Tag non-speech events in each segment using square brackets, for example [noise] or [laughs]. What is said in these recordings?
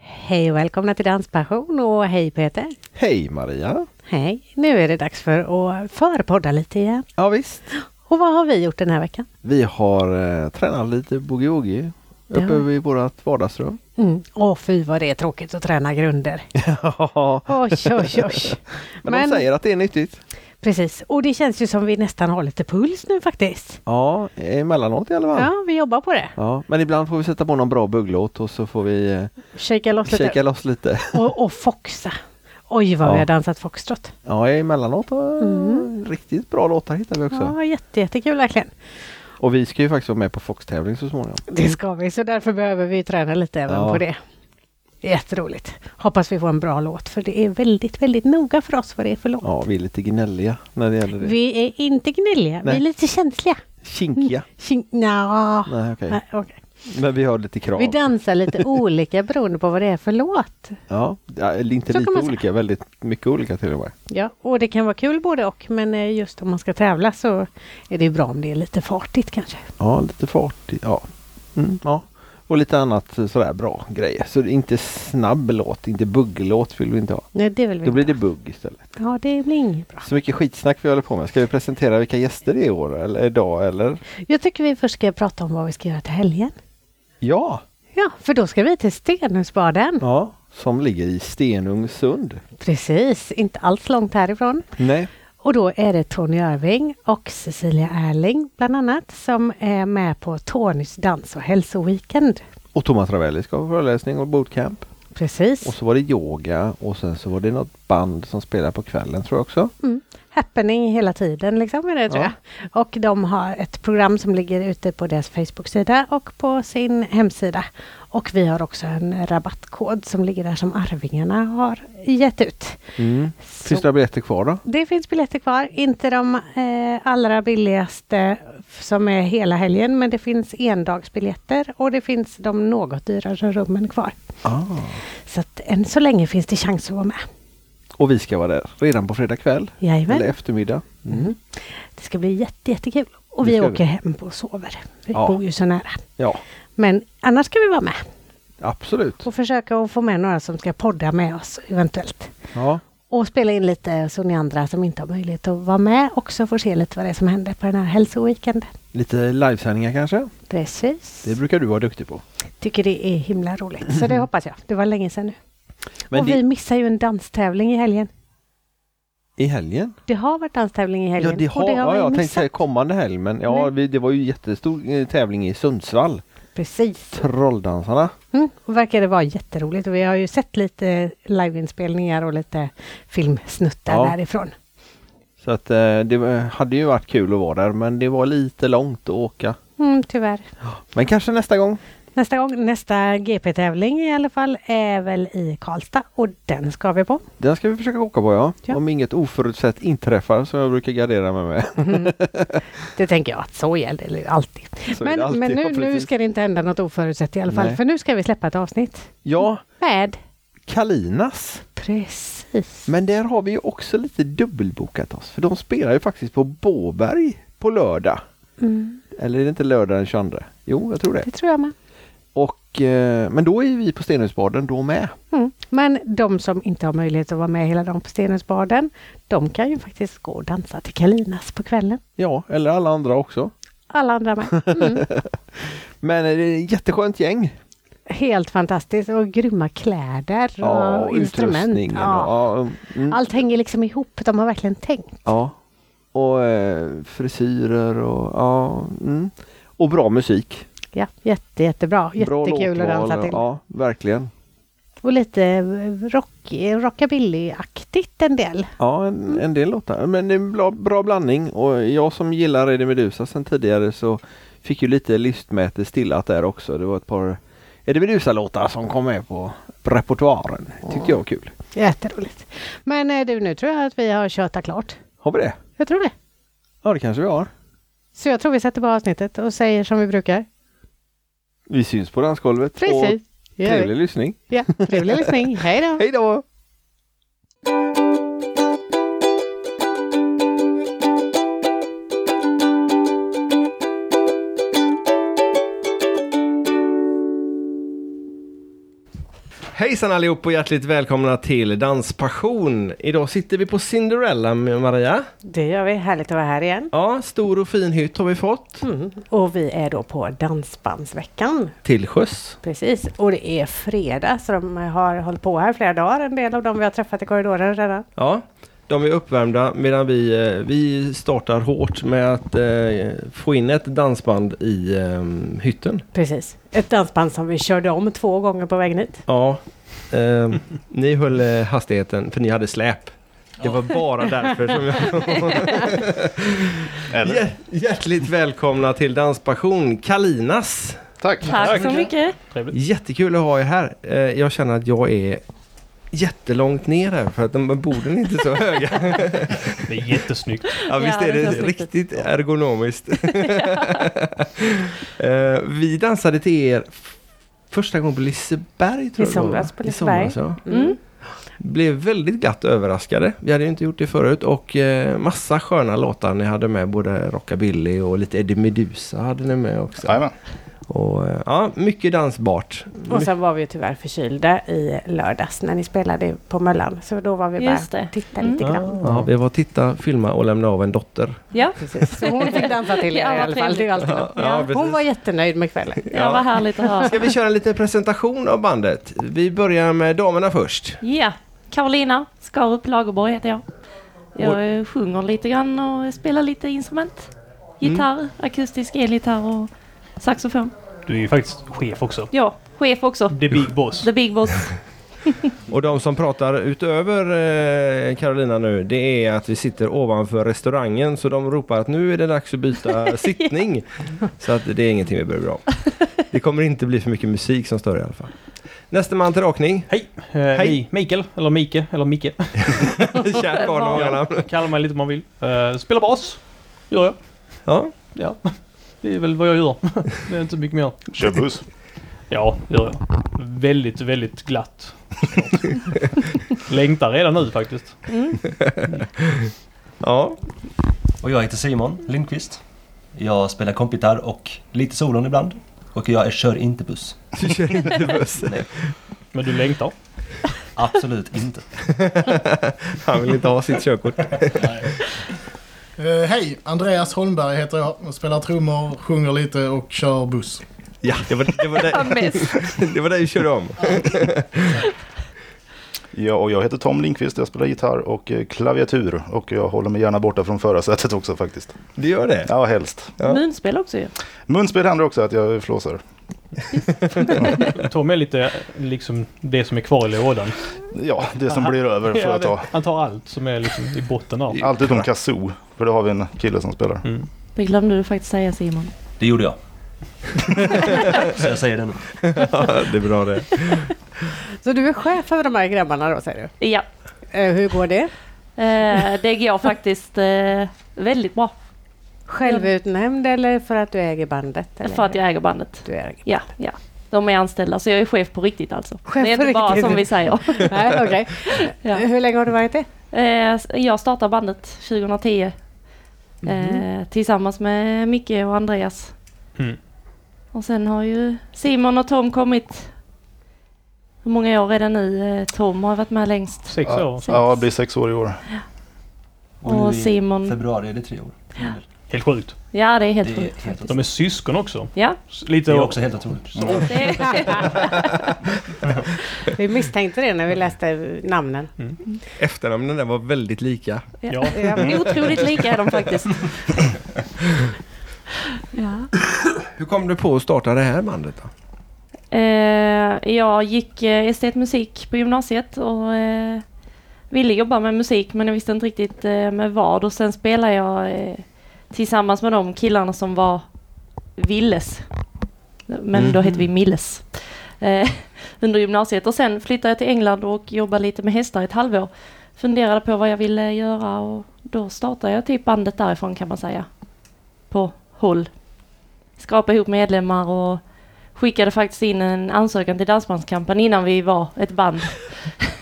Hej och välkomna till Danspassion och hej Peter! Hej Maria! Hej! Nu är det dags för att förpodda lite igen. Ja visst. Och vad har vi gjort den här veckan? Vi har eh, tränat lite boogie-woogie uppe Ja. vid [laughs] vårt vardagsrum. Mm. Åh fy vad det är tråkigt att träna [laughs] grunder. Oj, oj, oj. Men, Men- de säger att det är nyttigt. Precis, och det känns ju som vi nästan har lite puls nu faktiskt. Ja, emellanåt i alla fall. Ja. Ja, vi jobbar på det. men ibland får vi sätta på någon bra bugglåt och så får vi eh, Shakea loss lite. shakea loss lite. [laughs] Och, och foxa. Oj vad Ja. vi har dansat foxtrot. Ja, emellanåt och Mm. riktigt bra låtar hittar vi också. Ja, jätte, jättekul verkligen. Och vi ska ju faktiskt vara med på Fox-tävling så småningom. Det ska vi, så därför behöver vi träna lite även Ja. på det. Jätteroligt. Hoppas vi får en bra låt, för det är väldigt, väldigt noga för oss vad det är för låt. Ja, vi är lite gnälliga när det gäller det. Vi är inte gnälliga, vi Nej. är lite känsliga. Mm. Kinkiga. Tjing, nja. Nej, okej. Nej, okej. Men vi har lite krav. Vi dansar lite olika beroende på vad det är för låt. Ja, ja, eller inte Så kan lite man säga. olika, väldigt mycket olika till och med. Ja, och det kan vara kul både och, men eh, just om man ska tävla så är det ju bra om det är lite fartigt kanske. Ja, lite fart. i- Ja. Mm, ja. Och lite annat eh, sådär bra grejer. Så det är inte snabb låt, inte bugglåt vill vi inte ha. Nej, det vill vi Då blir inte. det bugg istället. Ja, det blir inget bra. Så mycket skitsnack vi håller på med. Ska vi presentera vilka gäster det är i år eller idag eller? Jag tycker vi först ska prata om vad vi ska göra till helgen. Ja, Ja, för då ska vi till Stenungsbaden. ja. som ligger i Stenungsund. Precis, inte alls långt härifrån. Nej. Och då är det Tony Irving och Cecilia Erling bland annat som är med på Tonys dans och hälsoweekend. Och Thomas Ravelli ska ha föreläsning och bootcamp. Och Precis. så var det yoga och sen så var det något band som spelar på kvällen tror jag också. Mm. Happening hela tiden liksom är det tror Ja. jag. Och de har ett program som ligger ute på deras Facebook-sida och på sin hemsida. Och vi har också en rabattkod som ligger där som Arvingarna har gett ut. Mm. Så- Finns det några biljetter kvar då? Det finns biljetter kvar, inte de eh, allra billigaste f- som är hela helgen, men det finns endagsbiljetter och det finns de något dyrare rummen kvar. Ah. Så att än så länge finns det chans att vara med. Och vi ska vara där redan på fredag kväll. Jajamän, Eller eftermiddag. Mm. det ska bli jätte, jättekul. Och Det vi ska vi. åker hem och sover. Vi Ja. bor ju så nära. Ja, Men annars ska vi vara med absolut. och försöka att få med några som ska podda med oss eventuellt. Ja. Och spela in lite så ni andra som inte har möjlighet att vara med också får se lite vad det är som händer på den här hälsoweekenden. Lite livesändningar kanske? Precis. Det brukar du vara duktig på. Tycker det är himla roligt, så det hoppas jag. Det var länge sedan nu. Mm. Men och det, vi missar ju en danstävling i helgen. i helgen? Det har varit danstävling i helgen. Ja, det har, och det ja, vi jag tänkte missat. säga kommande helg men ja, Nej. vi, det var ju jättestor eh, tävling i Sundsvall. Precis. Trolldansarna. Mm. Och verkar det vara jätteroligt. Och vi har ju sett lite liveinspelningar och lite filmsnuttar Ja. därifrån. Så att eh, det var- hade ju varit kul att vara där men det var lite långt att åka. Mm, tyvärr. Men kanske nästa gång. Nästa gång, nästa GP-tävling i alla fall, är väl i Karlstad och den ska vi på. Den ska vi försöka åka på ja. Ja. Om inget oförutsett inträffar som jag brukar gardera mig med. Det tänker jag att så gäller det ju alltid. Så är men det alltid, men nu, ja, nu precis. ska det inte hända något oförutsett i alla fall, Nej. för nu ska vi släppa ett avsnitt Ja, med Kalinas. Precis. Men där har vi ju också lite dubbelbokat oss för de spelar ju faktiskt på Båberg på lördag. Mm, Eller är det inte lördag den 22? Jo, jag tror det. det tror jag med. Och, eh, men då är vi på Stenungsbaden då med. Mm. Men de som inte har möjlighet att vara med hela dagen på Stenungsbaden, de kan ju faktiskt gå och dansa till Kalinas på kvällen. Ja, eller alla andra också. Alla andra [laughs] med. Mm. Men eh, det är ett jätteskönt gäng. Helt fantastiskt och grymma kläder och instrument. utrustningen Ja. och, ja, mm, Allt hänger liksom ihop, de har verkligen tänkt. ja. och eh, frisyrer och ja, mm. Och bra musik. Ja, jätte, jättebra. Bra Jättekul att låtval dansa och- till. Ja, verkligen. Och lite eh, rock, rockabilly-aktigt en del. Ja, Mm. en, en del låtar. Men det är en bra, bra blandning och jag som gillar Eddie Meduza sedan tidigare så fick ju lite lystmäte stillat där också. Det var ett par Eddie Meduza-låtar som kom med på repertoaren. Tyckte jag var kul. Jätteroligt. Men eh, du, nu tror jag att vi har tjötat klart. Har vi det? Jag tror det. Ja, det kanske vi har. Så jag tror vi sätter på avsnittet och säger som vi brukar. Vi syns på dansgolvet. Precis. Och Gör vi. trevlig lyssning. Ja, [laughs] trevlig lyssning. Hej då! Hej då! Hejsan allihop och hjärtligt välkomna till Danspassion. Idag sitter vi på Cinderella med Maria. Det gör vi. Härligt att vara här igen. Ja, stor och fin hytt har vi fått. Och vi är då på Dansbandsveckan. Till sjöss. Precis. Och det är fredag, så de har hållit på här flera dagar. En del av dem vi har träffat i korridoren redan. Ja, de är uppvärmda medan vi, eh, vi startar hårt med att eh, få in ett dansband i eh, hytten. Precis. Ett dansband som vi körde om två gånger på vägen hit. Ja, eh, ni höll eh, hastigheten för ni hade släp. Det var bara därför som [laughs] jag... Eller? Hjär- Hjärtligt välkomna till Danspassion, Kalinas! Tack! Tack så mycket. Trevligt. Jättekul att ha er här. Eh, Jag känner att jag är jättelångt ner här för att de borden är inte [laughs] så höga. Det är jättesnyggt. Ja, visst är det det känns riktigt. riktigt [laughs] ergonomiskt. [laughs] Eh, Vi dansade till er f- första gången på Liseberg. Tror I jag det var, somras va? på I Liseberg. somras, ja. Mm. Blev väldigt glatt överraskade. Vi hade ju inte gjort det förut och eh, massa sköna låtar ni hade med. Både Rockabilly och lite Eddie Meduza hade ni med också. Jajamän. Och, eh, ja, mycket dansbart. Och sen var vi ju tyvärr förkylda i lördags när ni spelade på Möllan. Så då var vi bara Just det. titta Mm. lite grann. Ja, vi var titta, filma och lämna av en dotter. Ja, Precis. Så hon fick dansa till er Ja, i vad alla fall. Det är ju alltid något. Ja, precis. Hon var jättenöjd med kvällen. det var härligt att höra. Ska vi köra en liten presentation av bandet? Vi börjar med damerna först. Ja, Karolina Skarup Lagerborg heter jag. Jag eh, sjunger lite grann och spelar lite instrument. Gitarr, akustisk elgitarr och saxofon. Du är ju faktiskt chef också. Ja, chef också. The Big Boss. The Big Boss. Och de som pratar utöver eh, Carolina nu, det är att vi sitter ovanför restaurangen så de ropar att nu är det dags att byta [laughs] sittning. Så att det är ingenting vi behöver bra. Det kommer inte bli för mycket musik som stör i alla fall. Nästa man till [laughs] rakning. Hej! Eh, Hej. Mi- Mikael, eller Mike, eller Micke. Kärt barn har många namn. [laughs] Kalla mig lite man vill. Eh, spelar bas. Gör jag. Ja, Ja. Det är väl vad jag [laughs] gör. Det är inte mycket mer. Kör buss. [laughs] Ja, gör jag. Väldigt, väldigt glatt. Såklart. Längtar redan nu faktiskt. ja. Och jag heter Simon Lindqvist. Jag spelar kompgitarr och lite solon ibland. Och jag är, kör inte buss. Du kör inte buss. Men du längtar. [laughs] Absolut inte. [laughs] Han vill inte ha sitt körkort. Eh, Hej! Andreas Holmberg heter jag och spelar trummor, sjunger lite och kör buss. Ja, det var det, var [laughs] det, Mest. det, var det vi körde om. Ja, och jag heter Tom Lindqvist, jag spelar gitarr och eh, klaviatur. Och jag håller mig gärna borta från förarsätet också faktiskt. Det gör det. Ja, helst. Ja. Munspel också ju. Munspel händer också att jag flåsar. Tom är lite liksom det som är kvar i lådan. Ja, det som blir över får jag ta. Han tar allt som är liksom i botten av. Allt utom kazoo, för det har vi en kille som spelar. Det glömde du faktiskt säga Simon. Det gjorde jag. [laughs] Så jag säger det nu. Ja, det är bra det. Så du är chef över de här grabbarna då, säger du? Ja, Eh, hur går det? eh, det går faktiskt eh, väldigt bra. Självutnämnd eller för att du äger bandet? Eller? För att jag äger bandet. Du äger. Ja, ja. De är anställda, så jag är chef på riktigt alltså. Chef det är på inte bara riktigt. som vi säger. [laughs] Nej, okej. Ja. Hur länge har du varit det? Eh, s- jag startade bandet 2010 eh, tillsammans med Micke och Andreas. Mm. Och sen har ju Simon och Tom kommit. Hur många år är det nu? Eh, Tom har varit med längst. Sex år. Ja, ja, det blir sex år i år. Och nu i Simon. februari är det tre år. Helt sjukt. Ja, det är helt Det är sjukt helt faktiskt. De är syskon också. Ja, S- Lite Det är och- också helt otroligt. det [laughs] är, [laughs] Vi misstänkte det när vi läste namnen. Efternamnen där var väldigt lika. ja. Ja. otroligt lika är de faktiskt. Ja. Hur kom du på att starta det här bandet då? Eh, jag gick eh, estetmusik på gymnasiet och eh, ville jobba med musik men jag visste inte riktigt eh, med vad och sen spelade jag eh, tillsammans med de killarna som var Villes. Men då hette vi Milles. Eh, [laughs] under gymnasiet och sen flyttade jag till England och jobbade lite med hästar i ett halvår. Funderade på vad jag ville göra och då startade jag typ bandet därifrån kan man säga. På håll. Skrapa ihop medlemmar och skickade faktiskt in en ansökan till Dansbandskampen innan vi var ett band.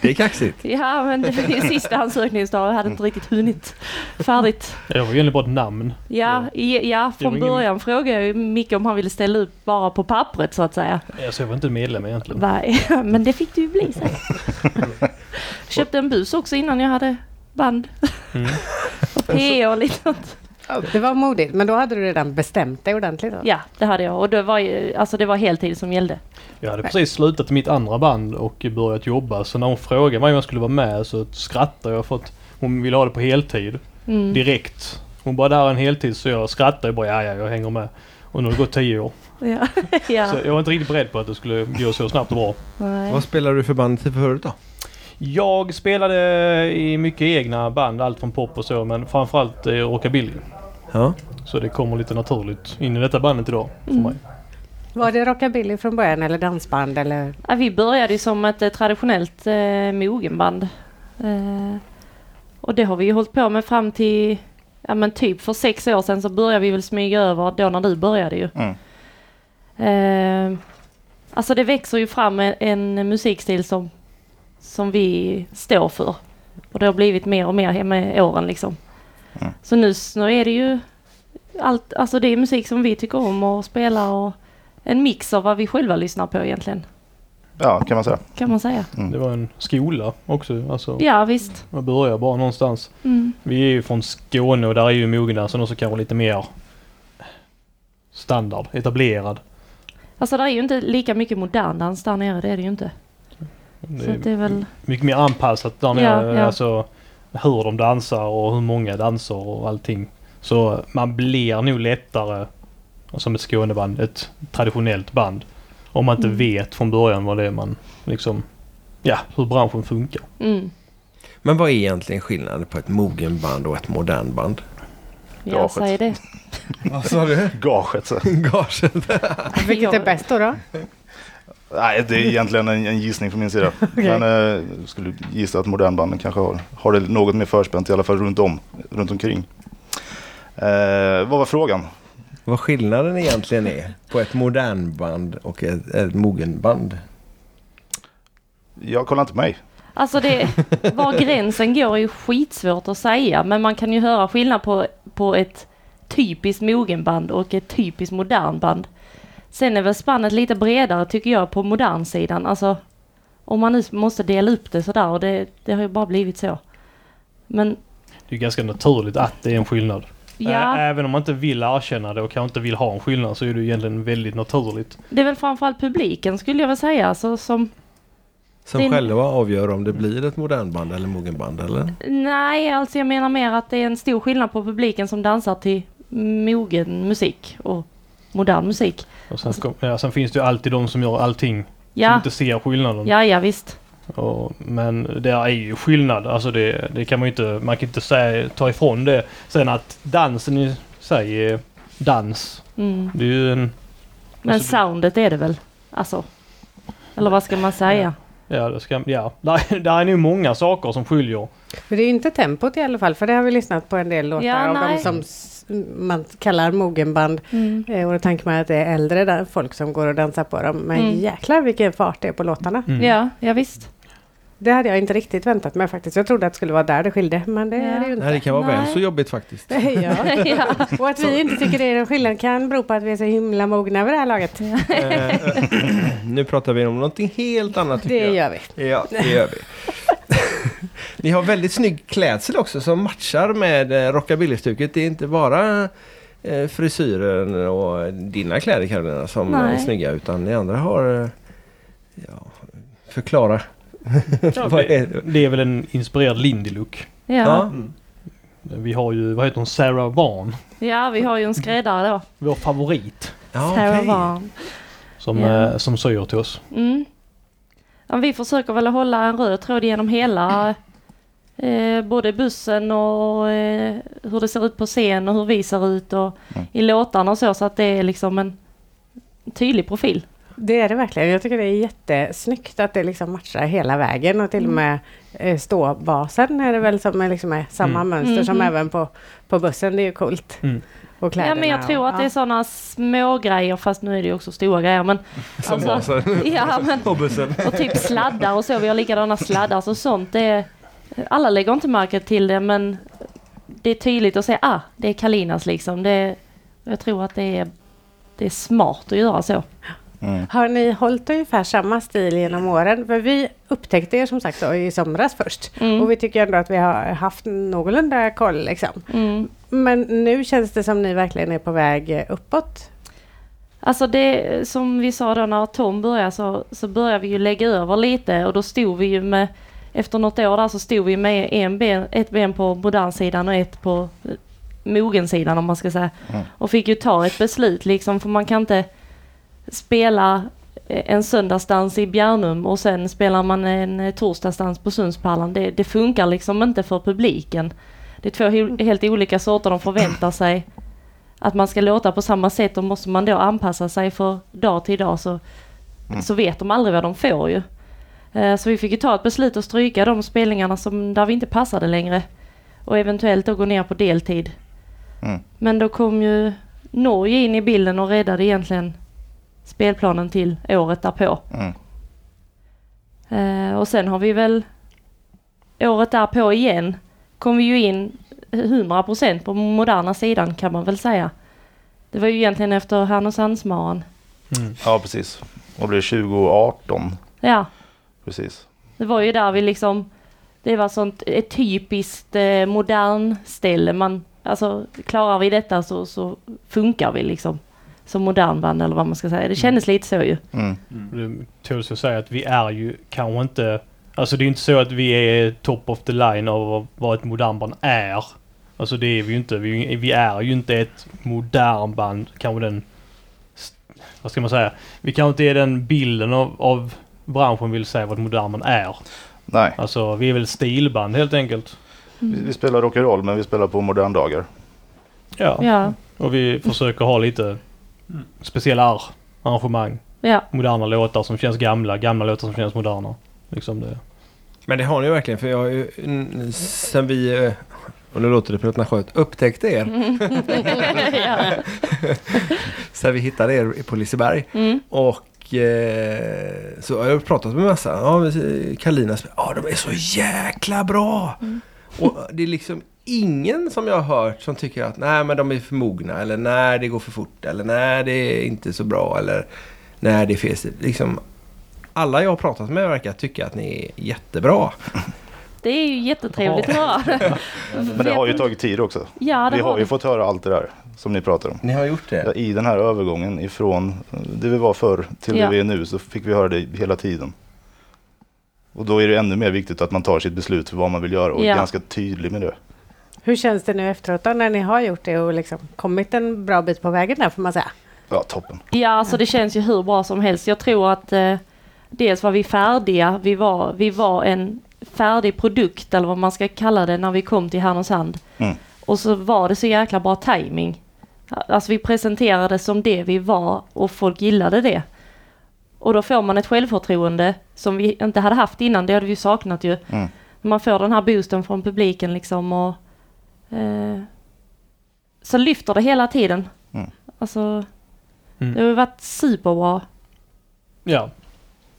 Det är kaxigt. [laughs] Ja, men det är sista ansökningsdag. Jag hade inte riktigt hunnit färdigt. Det var ju egentligen bara ett namn. Ja, i, ja Det var från ingen- början frågade jag ju Micke om han ville ställa upp bara på pappret så att säga. Alltså jag var inte medlem egentligen. Nej, [laughs] men det fick du ju bli sen. Köpte en bus också innan jag hade band. Mm. [laughs] Och PE och lite sånt. Det var modigt, men då hade du redan bestämt dig ordentligt? då? Ja, det hade jag. Och det var ju, alltså det var heltid som gällde. Jag hade precis slutat i mitt andra band och börjat jobba så när hon frågade mig om jag skulle vara med så skrattade jag för att hon ville ha det på heltid. Mm. Direkt. Hon bara, där är en heltid så jag skrattade bara, ja ja jag hänger med. Och nu har det gått tio år. Ja. [laughs] ja. Så jag var inte riktigt beredd på att det skulle gå så snabbt och bra. Nej. Vad spelar du för band till förut då? Jag spelade i mycket egna band, allt från pop och så, men framförallt eh, rockabilly. Ja. Så det kommer lite naturligt in i detta bandet idag för Mm. mig. Var det rockabilly från början eller dansband? Eller? Ja, vi började ju som ett eh, traditionellt eh, mogenband. Eh, och det har vi ju hållit på med fram till, ja men typ för sex år sedan så började vi väl smyga över då när du började ju. Mm. Eh, alltså det växer ju fram en, en musikstil som, som vi står för. Och det har blivit mer och mer med åren liksom. Mm. Så nu, s- nu är det ju allt, alltså det är musik som vi tycker om och spelar och en mix av vad vi själva lyssnar på egentligen. Ja, kan man säga. Kan man säga. Det var en skola också. Alltså, Ja visst. Jag började bara någonstans. Mm. Vi är ju från Skåne och där är ju mogendansen också kanske lite mer standard, etablerad. Alltså det är ju inte lika mycket modern dans där nere, det är det ju inte. Det Så att det är är väl... mycket mer anpassat där nere. ja. Alltså hur de dansar och hur många dansar och allting. Så man blir nog lättare som ett Skåneband, ett traditionellt band. Om man inte Mm. vet från början vad det är man liksom... Ja, hur branschen funkar. Mm. Men vad är egentligen skillnaden på ett mogenband och ett modernband? Jag Gaget. säger det. Vad sa du? Gaget. Så. Gaget. Vilket är Jag- bäst då? då? Nej, det är egentligen en, en gissning från min sida. Men eh, jag skulle gissa att modernbanden kanske har, har det något mer förspänt, i alla fall runt om, runt omkring. Eh, vad var frågan? Vad skillnaden egentligen är på ett modernband och ett, ett mogenband? Jag kollar inte på mig. Alltså det, var gränsen går är ju skitsvårt att säga men man kan ju höra skillnad på, på ett typiskt mogenband och ett typiskt modernband. Sen är väl spannet lite bredare tycker jag på modernsidan. Alltså om man nu måste dela upp det sådär och det, det har ju bara blivit så. Men Det är ganska naturligt att det är en skillnad. Ä- ja, Även om man inte vill erkänna det och kanske inte vill ha en skillnad så är det ju egentligen väldigt naturligt. det är väl framförallt publiken skulle jag väl säga. Alltså, som, Som Din- själva avgör om det blir ett modernband eller mogenband eller? nej, alltså jag menar mer att det är en stor skillnad på publiken som dansar till mogen musik och modern musik. Och sen, kom, ja, sen finns det ju alltid de som gör allting som Alltså- Ja, inte ser skillnaden. ja, ja visst. Och, men det är ju skillnad. Alltså det, det kan man ju inte, man kan inte säga, ta ifrån det. Sen att dansen i sig är dans. Mm. Det är ju en... Men Alltså, soundet är det väl? Alltså. Eller vad ska man säga? Ja, det ska, ja. [laughs] Där, där är nog många saker som skiljer. För det är ju inte tempot i alla fall, för det har vi lyssnat på en del låtar Ja, av de nej. som s- man kallar mogenband. Mm. Eh, Och då tänker man att det är äldre där, folk som går och dansar på dem. Men Mm. jäklar vilken fart det är på låtarna. Mm. Ja, ja visst. Det hade jag inte riktigt väntat mig faktiskt. Jag trodde att det skulle vara där det skilde, men det är Ja. det ju inte. Nej, det kan vara väl Nej. så [laughs] jobbigt faktiskt. ja. [laughs] ja. Och att vi inte tycker det är en skillnad kan bero på att vi är så himla mogna vid det här laget. Eh, nu pratar vi om någonting helt annat tycker Det jag. gör vi. Ja, det gör vi. [laughs] Ni har väldigt snygg klädsel också som matchar med eh, rockabillystuket. Det är inte bara eh, frisyren och dina kläder Karolina som Nej. är snygga utan ni andra har... eh, Ja, förklara. Vad det, är det? det är väl en inspirerad Lindy-look. Ja. Ja. Vi har ju, vad heter hon, Sarah Vaughan. ja, vi har ju en skräddare då. Vår favorit. Ja, Sarah okej. Vaughan. Som, Ja. eh, som syr till oss. Mm. Ja, vi försöker väl hålla en röd tråd genom hela eh, både bussen och eh, hur det ser ut på scen och hur vi ser ut och Mm. i låtarna och så så att det är liksom en tydlig profil. Det är det verkligen. Jag tycker det är jättesnyggt att det liksom matchar hela vägen och till Mm. och med eh, ståbasen är det väl som är liksom är samma Mm. mönster som Mhm. även på, på bussen. Det är ju coolt. Mm. Och Ja kläderna men jag tror och, att det är sådana små grejer fast nu är det ju också stora grejer. Men, Som Alltså, basen. ja, men, Hobbusen. och typ sladdar och så. Vi har likadana sladdar så sånt. Det är, alla lägger inte märke till det men det är tydligt att säga ah, det är Kalinas liksom. Det, är- jag tror att det är, det är smart att göra så. Mm. Har ni hållit ungefär samma stil genom åren? För vi upptäckte er som sagt då, i somras först. Mm. Och vi tycker ändå att vi har haft någorlunda koll liksom. Mm. Men nu känns det som ni verkligen är på väg eh, uppåt. Alltså det som vi sa då när Tom började så, så började vi ju lägga över lite och då stod vi ju med efter något år där så stod vi med en ben, ett ben på modernsidan och ett på eh, mogensidan om man ska säga. Mm. Och fick ju ta ett beslut liksom för man kan inte spela eh, en söndagsdans i Bjärnum och sen spelar man en eh, torsdagsdans på Sundspallan. Det, det funkar liksom inte för publiken. Det är två hel- helt olika sorter de förväntar sig att man ska låta på samma sätt. Då måste man då anpassa sig för dag till dag så, så vet de aldrig vad de får ju. Eh, Så vi fick ju ta ett beslut att stryka de spelningarna som, där vi inte passade längre och eventuellt då gå ner på deltid. Mm. Men då kom ju Norge in i bilden och räddade egentligen spelplanen till året därpå. Mm. Eh, och sen har vi väl året därpå igen kom vi ju in 100% på moderna sidan kan man väl säga. Det var ju egentligen efter Härnösandsmaran. Ja, precis. Vad blir det? 2018? Ja, Precis. det var ju där vi liksom det var sånt ett typiskt eh, modern ställe. Man, alltså, klarar vi detta så, så funkar vi liksom som modern band eller vad man ska säga. Det kändes lite så ju. Mm. Det tåls att säga att vi är ju kanske inte... Alltså det är ju inte så att vi är top of the line av vad ett modernband är. Alltså det är vi ju inte. Vi, vi är ju inte ett modernband. Kanske den... st- Vad ska man säga? Vi kanske inte är den bilden av, av branschen vill säga vad ett modernband är. Nej, Alltså vi är väl stilband helt enkelt. vi, Mm. vi spelar rock'n'roll men vi spelar på moderna dagar. Ja. Ja, Och vi försöker ha lite speciella ar- arrangemang. ja. [laughs] Moderna låtar som känns gamla, gamla låtar som känns moderna. Liksom det. Men det har ni ju verkligen för jag har ju n- sen vi, eh, och nu låter det pretentiöst, upptäckte er. ja. sen vi hittade er på Liseberg. Mm. Och eh, så har jag pratat med massa. Ja, men, eh, Kalinas, ja de är så jäkla bra! Och det är liksom ingen som jag har hört som tycker att nej men de är för mogna eller nej det går för fort eller nej det är inte så bra eller nej det är fel stil." liksom, Alla jag har pratat med verkar tycka att ni är jättebra. Det är ju jättetrevligt att höra. Men det har ju tagit tid också. Ja, det Vi har ju det. fått höra allt det där som ni pratar om. Ni har gjort det? Ja, I den här övergången ifrån eh, det vi var förr till Ja. det vi är nu så fick vi höra det hela tiden. Och då är det ännu mer viktigt att man tar sitt beslut för vad man vill göra och Ja. är ganska tydlig med det. Hur känns det nu efteråt då, när ni har gjort det och liksom kommit en bra bit på vägen där får man säga? Ja, toppen. Ja, alltså det känns ju hur bra som helst. Jag tror att eh, dels var vi färdiga. Vi var, vi var en färdig produkt eller vad man ska kalla det när vi kom till Härnösand. Mm. Och så var det så jäkla bra timing. Alltså vi presenterade som det vi var och folk gillade det. Och då får man ett självförtroende som vi inte hade haft innan. Det hade vi ju saknat ju. Mm. Man får den här boosten från publiken liksom och eh, så lyfter det hela tiden. Mm. Alltså Mm. det har ju varit superbra. Ja.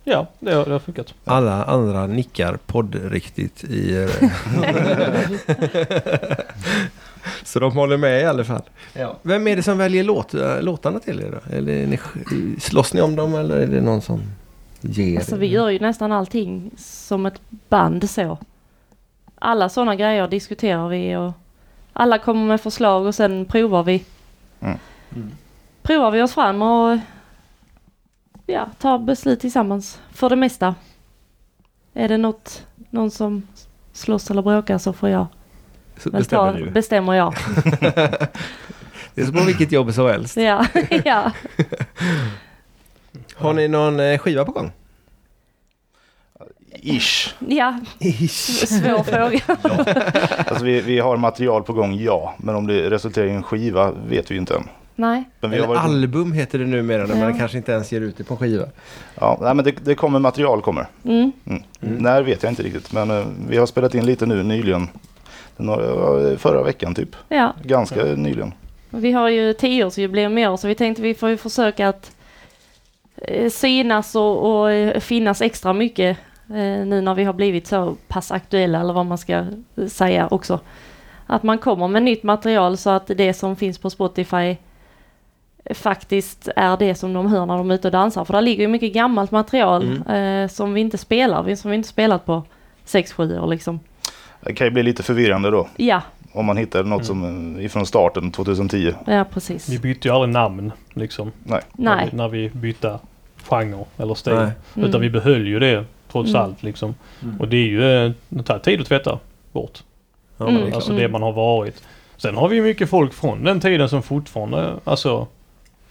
Ja, det har, det har funkat. Alla andra nickar poddriktigt i... [laughs] eh, Så de håller med i alla fall. Ja. Vem är det som väljer låt, eh, låtarna till er då? Eller är ni, slåss ni om dem eller är det någon som ger Alltså er? vi gör ju nästan allting som ett band så. Alla sådana grejer diskuterar vi och alla kommer med förslag och sen provar vi. Mm. Provar vi oss fram och ja, tar beslut tillsammans för det mesta. Är det något, någon som slåss eller bråkar så får jag. Så väl bestämmer ta, du. bestämmer jag. Det är som på vilket jobb som helst. Ja, [laughs] ja. Har ni någon eh, skiva på gång? Ish. ja, svår fråga. Alltså vi, vi har material på gång, ja. Men om det resulterar i en skiva vet vi ju inte än. Nej. Men vi Eller har varit... album heter det numera när man Ja. kanske inte ens ger ut det på en skiva. ja, nej, men det, det kommer material kommer. Mm. Mm. När vet jag inte riktigt. Men eh, vi har spelat in lite nu nyligen. Den har, eh, förra veckan typ. Ja, Ganska nyligen. okej. Vi har ju tioårsjubileum i år så vi tänkte vi får ju försöka att eh, synas och, och eh, finnas extra mycket eh, nu när vi har blivit så pass aktuella eller vad man ska eh, säga också. Att man kommer med nytt material så att det som finns på Spotify eh, faktiskt är det som de hör när de är ute och dansar. För där ligger ju mycket gammalt material Mm. eh, som vi inte spelar, vi- som vi inte spelat på 6-7 år liksom. Det kan ju bli lite förvirrande då. Ja, Om man hittar något Mm. som eh, ifrån starten 2010. ja precis. Vi bytte ju aldrig namn liksom. Nej. När Nej. vi, när vi bytte genre eller stil. Nej. Utan Mm. vi behöll ju det trots Mm. allt liksom. Och det är ju... eh, Det tar tid att tvätta bort. Ja, men det är Mm. klart. Alltså det man har varit. Sen har vi ju mycket folk från den tiden som fortfarande, alltså...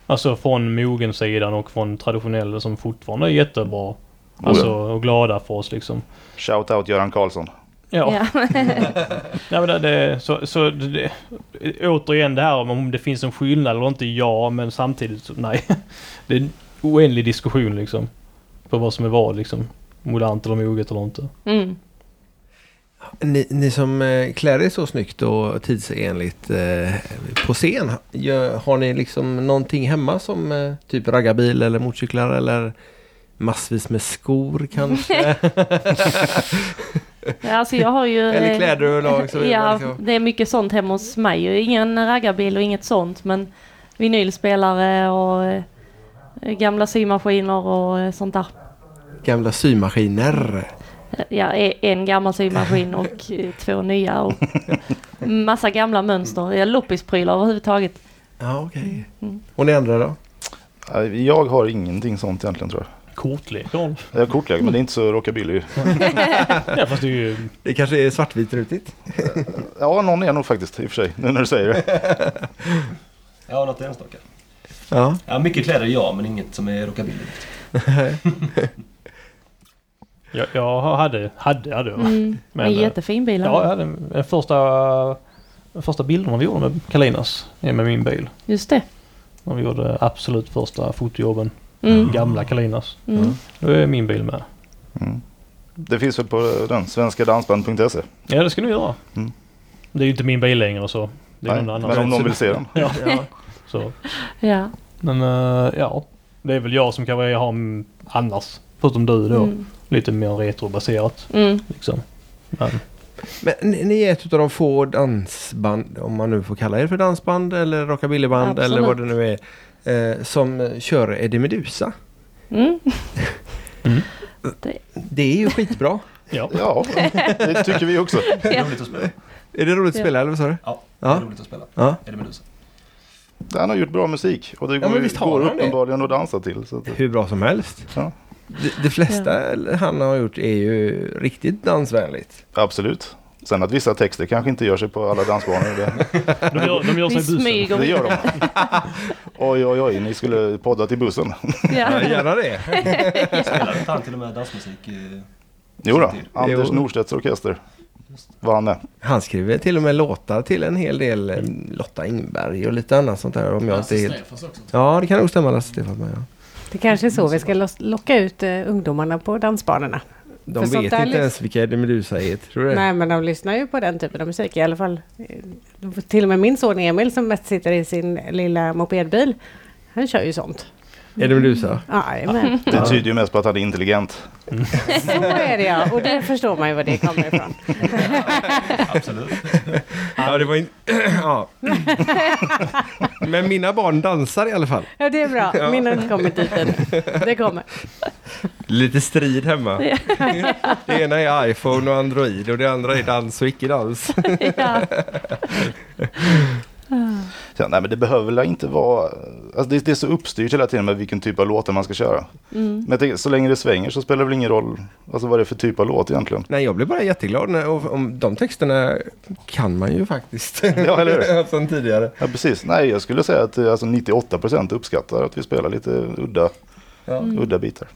Alltså från mogensidan och från traditionella som fortfarande är jättebra. Oh Alltså och glada för oss liksom. Shout out Göran Karlsson. Ja, Ja. [laughs] Nej, men det, det, så, så det, det- återigen det här om- om det finns en skillnad eller inte, ja men samtidigt så, nej. [laughs] Det är en oändlig diskussion liksom. På vad som är vad liksom. Modernt eller moget eller inte. Mm. Ni, ni som eh, klär er så snyggt och tidsenligt eh, på scen, gör, har ni liksom någonting hemma som eh, typ raggarbil eller motorcyklar eller massvis med skor [laughs] kanske? Ja, Alltså jag har ju... [laughs] eller kläder överlag? och så vidare, Ja, liksom. det är mycket sånt hemma hos mig. ju. Ingen raggarbil och inget sånt men vinylspelare och eh, gamla symaskiner och eh, sånt där. Gamla symaskiner. Ja, e- en gammal [laughs] symaskin och eh, två nya och massa gamla mönster. Ja, loppisprylar överhuvudtaget. Ja, okej. Mm. Och ni andra då? Eh, Jag har ingenting sånt egentligen tror jag. Kortlek har de. Jag har kortlek men det är inte så rockabilly. [laughs] Ja fast det är ju... Det kanske är svartvitrutigt? Ja, någon är nog faktiskt i och för sig. Nu när du säger [laughs] det. Ja, något enstaka. Ja. Ja, mycket kläder ja, men inget som är rockabilly. Jag, jag hade, hade jag då. Mm. Men, en eh, jättefin bil. Ja, jag hade en- en första... Den första bilderna vi gjorde med Kalinas är med min bil. Just det. När vi gjorde absolut första fotojobben. Mm. Gamla Kalinas. Mm. Då är min bil med. Det finns väl på den, svenskadansband.se. Ja, det ska du göra. Mm. Det är ju inte min bil längre så. Det är Nej, någon annan. Men om någon vill se den. Ja. Så. Ja. Men eh, ja, det är väl jag som kanske har mm, annars. Förutom du då. Mm. Lite mer retrobaserat Mm. liksom. Men, Men ni, ni är ett av de få dansband, om man nu får kalla er för dansband eller rockabillyband eller vad det Absolut. nu är, eh, som kör Eddie Meduza. Mm. Det är ju skitbra. ja. Ja, det tycker vi också. Det är roligt att spela. [laughs] är det roligt att Ja. spela eller vad sa du? Ja, det Ja. är roligt att spela. Ja. Är det Medusa? Han har gjort bra musik och det Ja, men går, visst har går han det. uppenbarligen att dansa till. Så att, Hur bra som helst. Ja. De, de flesta han har gjort är ju riktigt dansvänligt. absolut. Sen att vissa texter kanske inte gör sig på alla dansbanor. Det, De gör, de gör sig i Vi bussen. smyger. det gör de. Oj, oj, oj, ni skulle podda till bussen. Ja. gärna det. Spelade inte han till och med dansmusik? eh, Jo då, samtidigt? Anders Jo. Norstedts orkester var han med. [laughs] Han skriver till och med låtar till en hel del eh, Lotta Engberg och lite annat sånt där. Om jag inte är helt... också. Ja, det kan nog stämma Lasse Stefans med. Ja. Det kanske är Mm. så vi ska los- locka ut eh, ungdomarna på dansbanorna. De För sånt vet där inte lyssn- ens vilka Eddie Meduza är, tror du Mm. det? Nej, men de lyssnar ju på den typen av musik i alla fall. eh, Till och med min son Emil som mest sitter i sin lilla mopedbil. Han kör ju sånt. Eddie Meduza? Ja, men Det tyder ju mest på att han är intelligent. så är det ja. Och det förstår man ju var det kommer ifrån. Absolut. Ja, det var inte... [clears throat] [laughs] ja. Men mina barn dansar i alla fall. Ja, det är bra. Min har inte kommit dit än. Det kommer. Lite strid hemma. [laughs] Det ena är iPhone och Android och det andra är dans och icke-dans. [laughs] Ja. Så, nej, men det behöver väl inte vara... Alltså det, det är så uppstyrt hela tiden med vilken typ av låtar man ska köra. Mm. Men jag tänker, så länge det svänger så spelar det väl ingen roll alltså vad det är för typ av låt egentligen. [laughs] Nej, jag blev bara jätteglad. När, och, om de texterna kan man ju faktiskt. Ja, eller [laughs] hur? Sen tidigare. Ja, precis. Nej, jag skulle säga att eh, alltså, 98% uppskattar att vi spelar lite udda, Ja. Mm. udda bitar.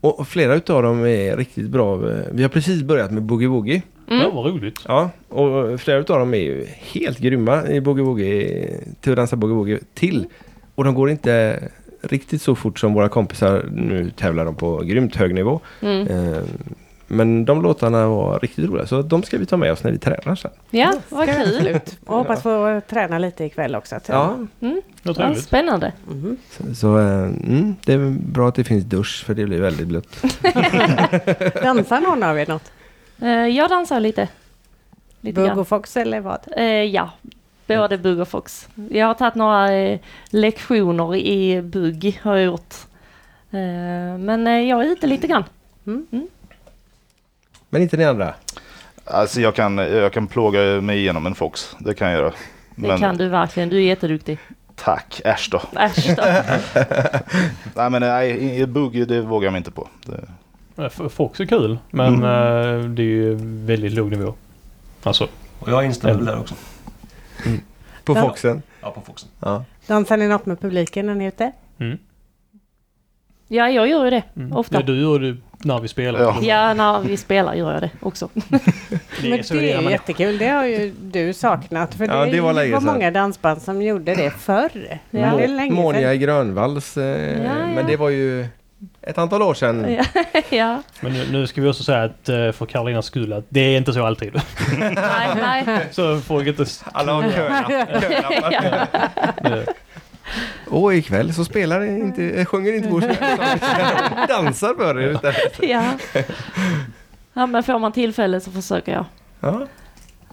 Och och flera utav dem är riktigt bra. Vi har precis börjat med Boogie Woogie. Mm. Ja, vad roligt. Ja, och flera utav dem är ju helt grymma i Boogie Woogie, till att dansa Boogie Woogie till. Och de går inte riktigt så fort som våra kompisar. Nu tävlar de på grymt hög nivå. Mm. Eh, Men de låtarna var riktigt roliga så de ska vi ta med oss när vi tränar sen. Ja, vad kul. Absolut. Och hoppas få träna lite ikväll också. tror jag. Ja, Vad Ja, trevligt. spännande. Mhm. så, så eh, mm, det är bra att det finns dusch för det blir väldigt blött. Dansar någon av er något? Eh, Jag dansar lite. Lite Bugg grann. och Fox eller vad? Eh, Ja, både bugg och fox. Jag har tagit några eh, lektioner i bugg har jag gjort. Eh, Men eh, jag är ute lite grann. Men inte ni andra? Alltså jag kan, jag kan plåga mig igenom en fox. Det kan jag göra. Det Men- kan du verkligen. Du är jätteduktig. Tack, äsch då. Äsch då. Nej men nej, i- bugg det vågar jag mig inte på. Det, Eh, f- Fox är kul men Mm. eh, det är ju väldigt låg nivå. Alltså, Och jag är inställd där också. På Ja. Foxen? Ja, på Foxen. Ja. Dansar ni något med publiken när ni är ute? Ja, jag gör ju det Mm. det ofta. du gör du när vi spelar. Ja. Ja, när vi spelar gör jag det också. [laughs] Det är Men så det gör är man. jättekul, det har ju du saknat. För Ja, det, det var länge var sedan. många dansband som gjorde det förr. Ja. Ja. Det är länge Monia sedan. i Grönvalls. Eh, Ja, ja. Men det var ju ett antal år sedan. Ja. Ja, Men nu, nu ska vi också säga att eh, för Karolinas skull att det är inte så alltid. [laughs] [laughs] nej, nej. så folk inte... s- Alla har kölapp- kölappar. eh, Och ikväll så spelar det inte, eh, sjunger inte vår [laughs] sång. dansar för er istället. Ja. ja, men får man tillfälle så försöker jag. Ja.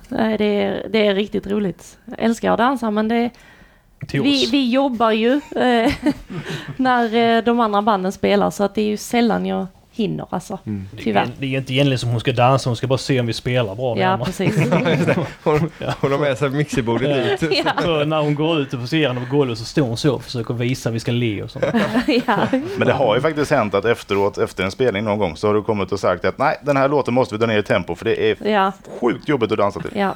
Nej, det, är, det är riktigt roligt. Jag älskar att dansa men det, till oss. vi, vi jobbar ju [laughs] eh, när eh, de andra banden spelar så att det är ju sällan jag hinner alltså. Tyvärr. Mm. Det är inte egentligen som hon ska dansa, hon ska bara se om vi spelar bra. Ja, närmare. [laughs] precis. Hon, hon har med sig mixerbordet ut. Så när hon går ut och poserar henne på golvet så står hon så och försöker visa vi ska le och sånt. [laughs] ja. men det har ju faktiskt hänt att efteråt, efter en spelning någon gång, så har du kommit och sagt att nej, den här låten måste vi dra ner i tempo för det är Ja, sjukt jobbigt att dansa till. ja,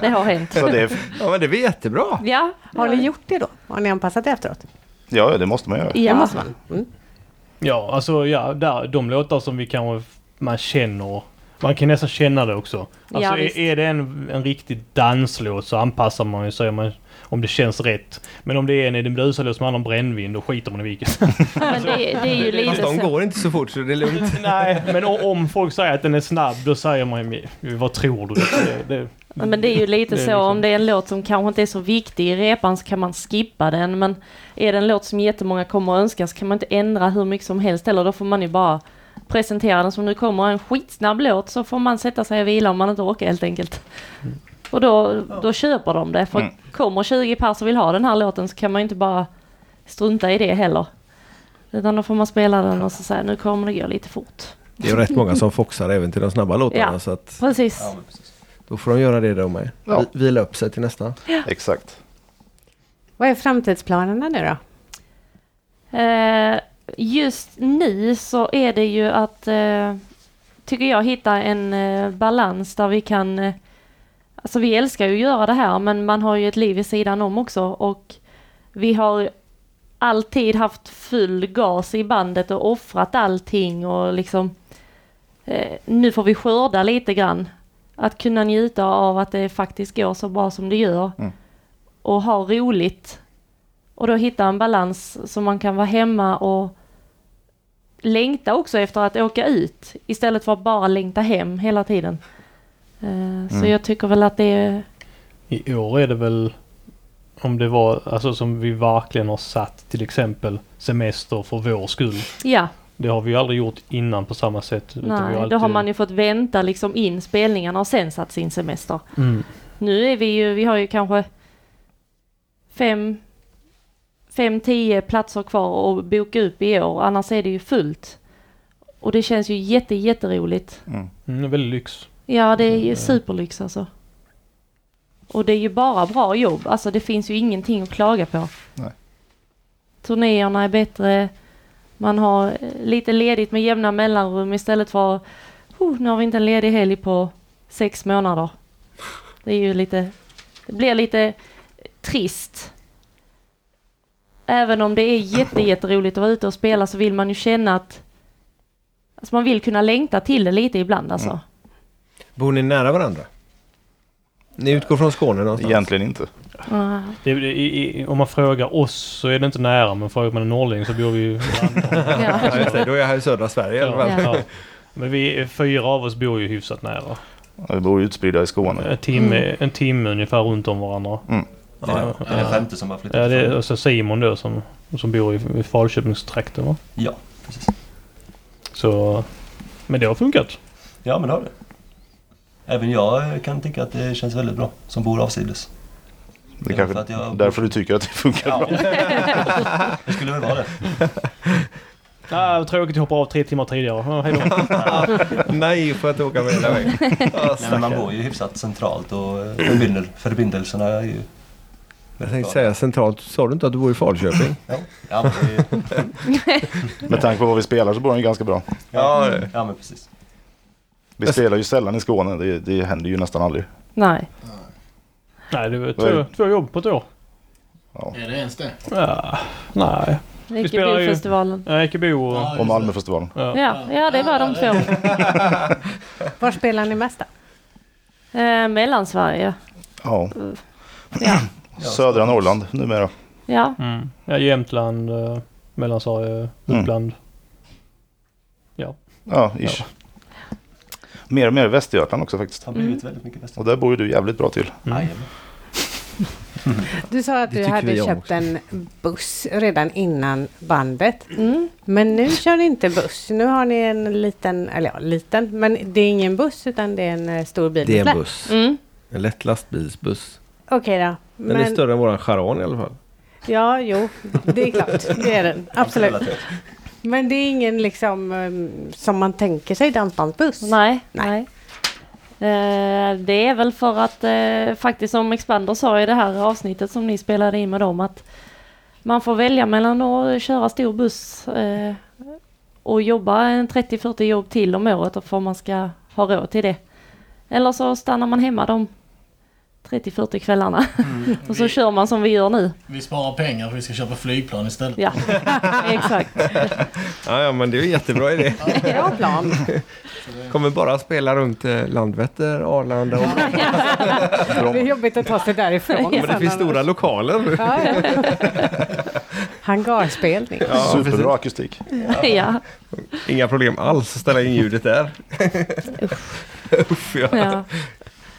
det har hänt. Så det är, Ja men det var jättebra. Ja, Har ni gjort det då? Har ni anpassat efteråt? ja, det måste man göra. Det Ja, måste man. Mm. Ja, alltså ja, där, de låtar som vi kanske man känner. Man kan nästan känna det också. Alltså Ja, visst. är, är det en, en riktig danslåt så anpassar man ju sig om man, om det känns rätt. Men om det är en Edimbusalåt som handlar om brännvin då skiter man i vilket. men det, det är ju lite Fast de så. går inte så fort så det är lugnt. Nej, men o- om folk säger att den är snabb då säger man ju vad tror du? Det, det, Men det är ju lite Det är så liksom- om det är en låt som kanske inte är så viktig i repan så kan man skippa den. Men är det en låt som jättemånga kommer att önska så kan man inte ändra hur mycket som helst eller då får man ju bara presentera den som nu kommer en skitsnabb låt så får man sätta sig och vila om man inte orkar helt enkelt. Och då, då köper de det för Mm. kommer 20 pers och vill ha den här låten så kan man ju inte bara strunta i det heller. Utan då får man spela den och så säga nu kommer det gå lite fort. Det är ju rätt många som foxar även till de snabba låtarna Ja. så att Precis. Ja, men precis. då får de göra det de med. Ja. Vi- Vila upp sig till nästa. Exakt. Vad är framtidsplanerna nu då? Eh, just nu så är det ju att, eh, tycker jag, hitta en eh, balans där vi kan... Eh, alltså vi älskar ju att göra det här men man har ju ett liv i sidan om också och vi har alltid haft full gas i bandet och offrat allting och liksom... Eh, nu får vi skörda lite grann. Att kunna njuta av att det faktiskt går så bra som det gör Mm. och ha roligt och då hitta en balans så man kan vara hemma och längta också efter att åka ut istället för att bara längta hem hela tiden. Eh, Så jag tycker väl att det är... I år är det väl om det var, alltså som vi verkligen har satt till exempel semester för vår skull. Ja, Det har vi ju aldrig gjort innan på samma sätt. utan vi nej, då har alltid- man ju fått vänta liksom in spelningarna och sen satt sin semester. Mm. Nu är vi ju, vi har ju kanske fem, fem, tio platser kvar att boka upp i år, annars är det ju fullt. Och det känns ju jätte, jätteroligt. Mm, det är väldigt lyx. Ja, det är ju superlyx alltså. Och det är ju bara bra jobb. Alltså det finns ju ingenting att klaga på. Nej. Turnéerna är bättre. Man har eh, lite ledigt med jämna mellanrum istället för oh, nu har vi inte en ledig helg på sex månader. Det är ju lite, det blir lite trist. Även om det är jätte, jätteroligt att vara ute och spela så vill man ju känna att alltså man vill kunna längta till det lite ibland alltså. Bor ni nära varandra? Ni utgår från Skåne någonstans? Egentligen inte. Ah. Det, det, i, i, om man frågar oss så är det [laughs] inte nära men frågar man en norrling så bor vi ju Ja. Ja, just det. Då är jag här i södra Sverige i alla ja. fall. ja. Men vi, fyra av oss bor ju hyfsat nära. Vi bor ju utspridda i Skåne. En timme, en timme ungefär runt om varandra. Det är den- det är den femte som har flyttat Ja, det är ifrån. alltså Simon då som, som bor i, i Falköpingstrakten va? Ja, precis. Så... Men det har funkat. Ja, men det har det. Även jag eh, kan tycka att det känns väldigt bra som bor avsides. Det är Ja, för att kanske jag- därför du tycker att det funkar Ja. bra. [laughs] Det skulle väl vara det. Ah, tråkigt, jag hoppar av tre timmar tidigare. Ah, hej [laughs] då. Nej, för att åka med hela vägen. Nej, men man bor ju hyfsat centralt och eh, förbinder, förbindelserna är ju... [laughs] Jag tänkte säga centralt. Sa du inte att du bor i Falköping? Ja, ja, men, det är- Med tanke på vad vi spelar så bor den ju ganska bra. Ja, ja, det- ja, men precis. Vi spelar ju sällan i Skåne. Det, det händer ju nästan aldrig. [laughs] Nej. Nej, det var två, Vad- två jobb på ett år. Är det ens det? Ja, nej. spelar ju- Ekebofestivalen. Ja, Ekebo och... Och Malmöfestivalen. Ja, ja, det var de två. Var spelar ni mest då? Eh, Mellansverige. Ja. Ja. Södra Norrland numera. Ja, Mm. Ja, Jämtland, eh, Mellansverige, Mm. Uppland. Ja, ish. Mer och mer Västergötland också faktiskt. Det har blivit väldigt mycket bäst. Och där bor ju du jävligt bra till. Mm. Jajamän. Du sa att Det du tycker hade vi om köpt också. en buss redan innan bandet. mm. Men nu kör ni inte buss. Nu har ni en liten, eller ja, liten, men det är ingen buss utan det är en eh, stor bil. Det är Eller? en buss. Mm. [laughs] En lätt lastbilsbuss. Okej då. Den är Men, större än våran Charan i alla fall. ja, jo, det är klart. Det är [laughs] den. Absolut. Relativt. Men det är ingen liksom eh, som man tänker sig dansbandsbuss. Nej, Nej. nej. Eh, det är väl för att eh, faktiskt som Expander sa i det här avsnittet som ni spelade in med dem att man får välja mellan att köra stor buss eh, och jobba en 30-40 jobb till om året för man ska ha råd till det. Eller så stannar man hemma de 30-40 kvällarna [laughs] och så Vi- kör man som vi gör nu. Vi sparar pengar för vi ska köpa flygplan istället. Ja, exakt. Ja, ja, men det är ju jättebra idé. Bra plan. Kommer bara spela runt eh, Landvetter, Arlanda och... Det är jobbigt att ta sig därifrån. Men det finns stora lokaler nu. Ja, ja. Hangarspelning. Superbra akustik. ja, Inga problem alls att ställa in ljudet där. [laughs] Uff, ja. ja.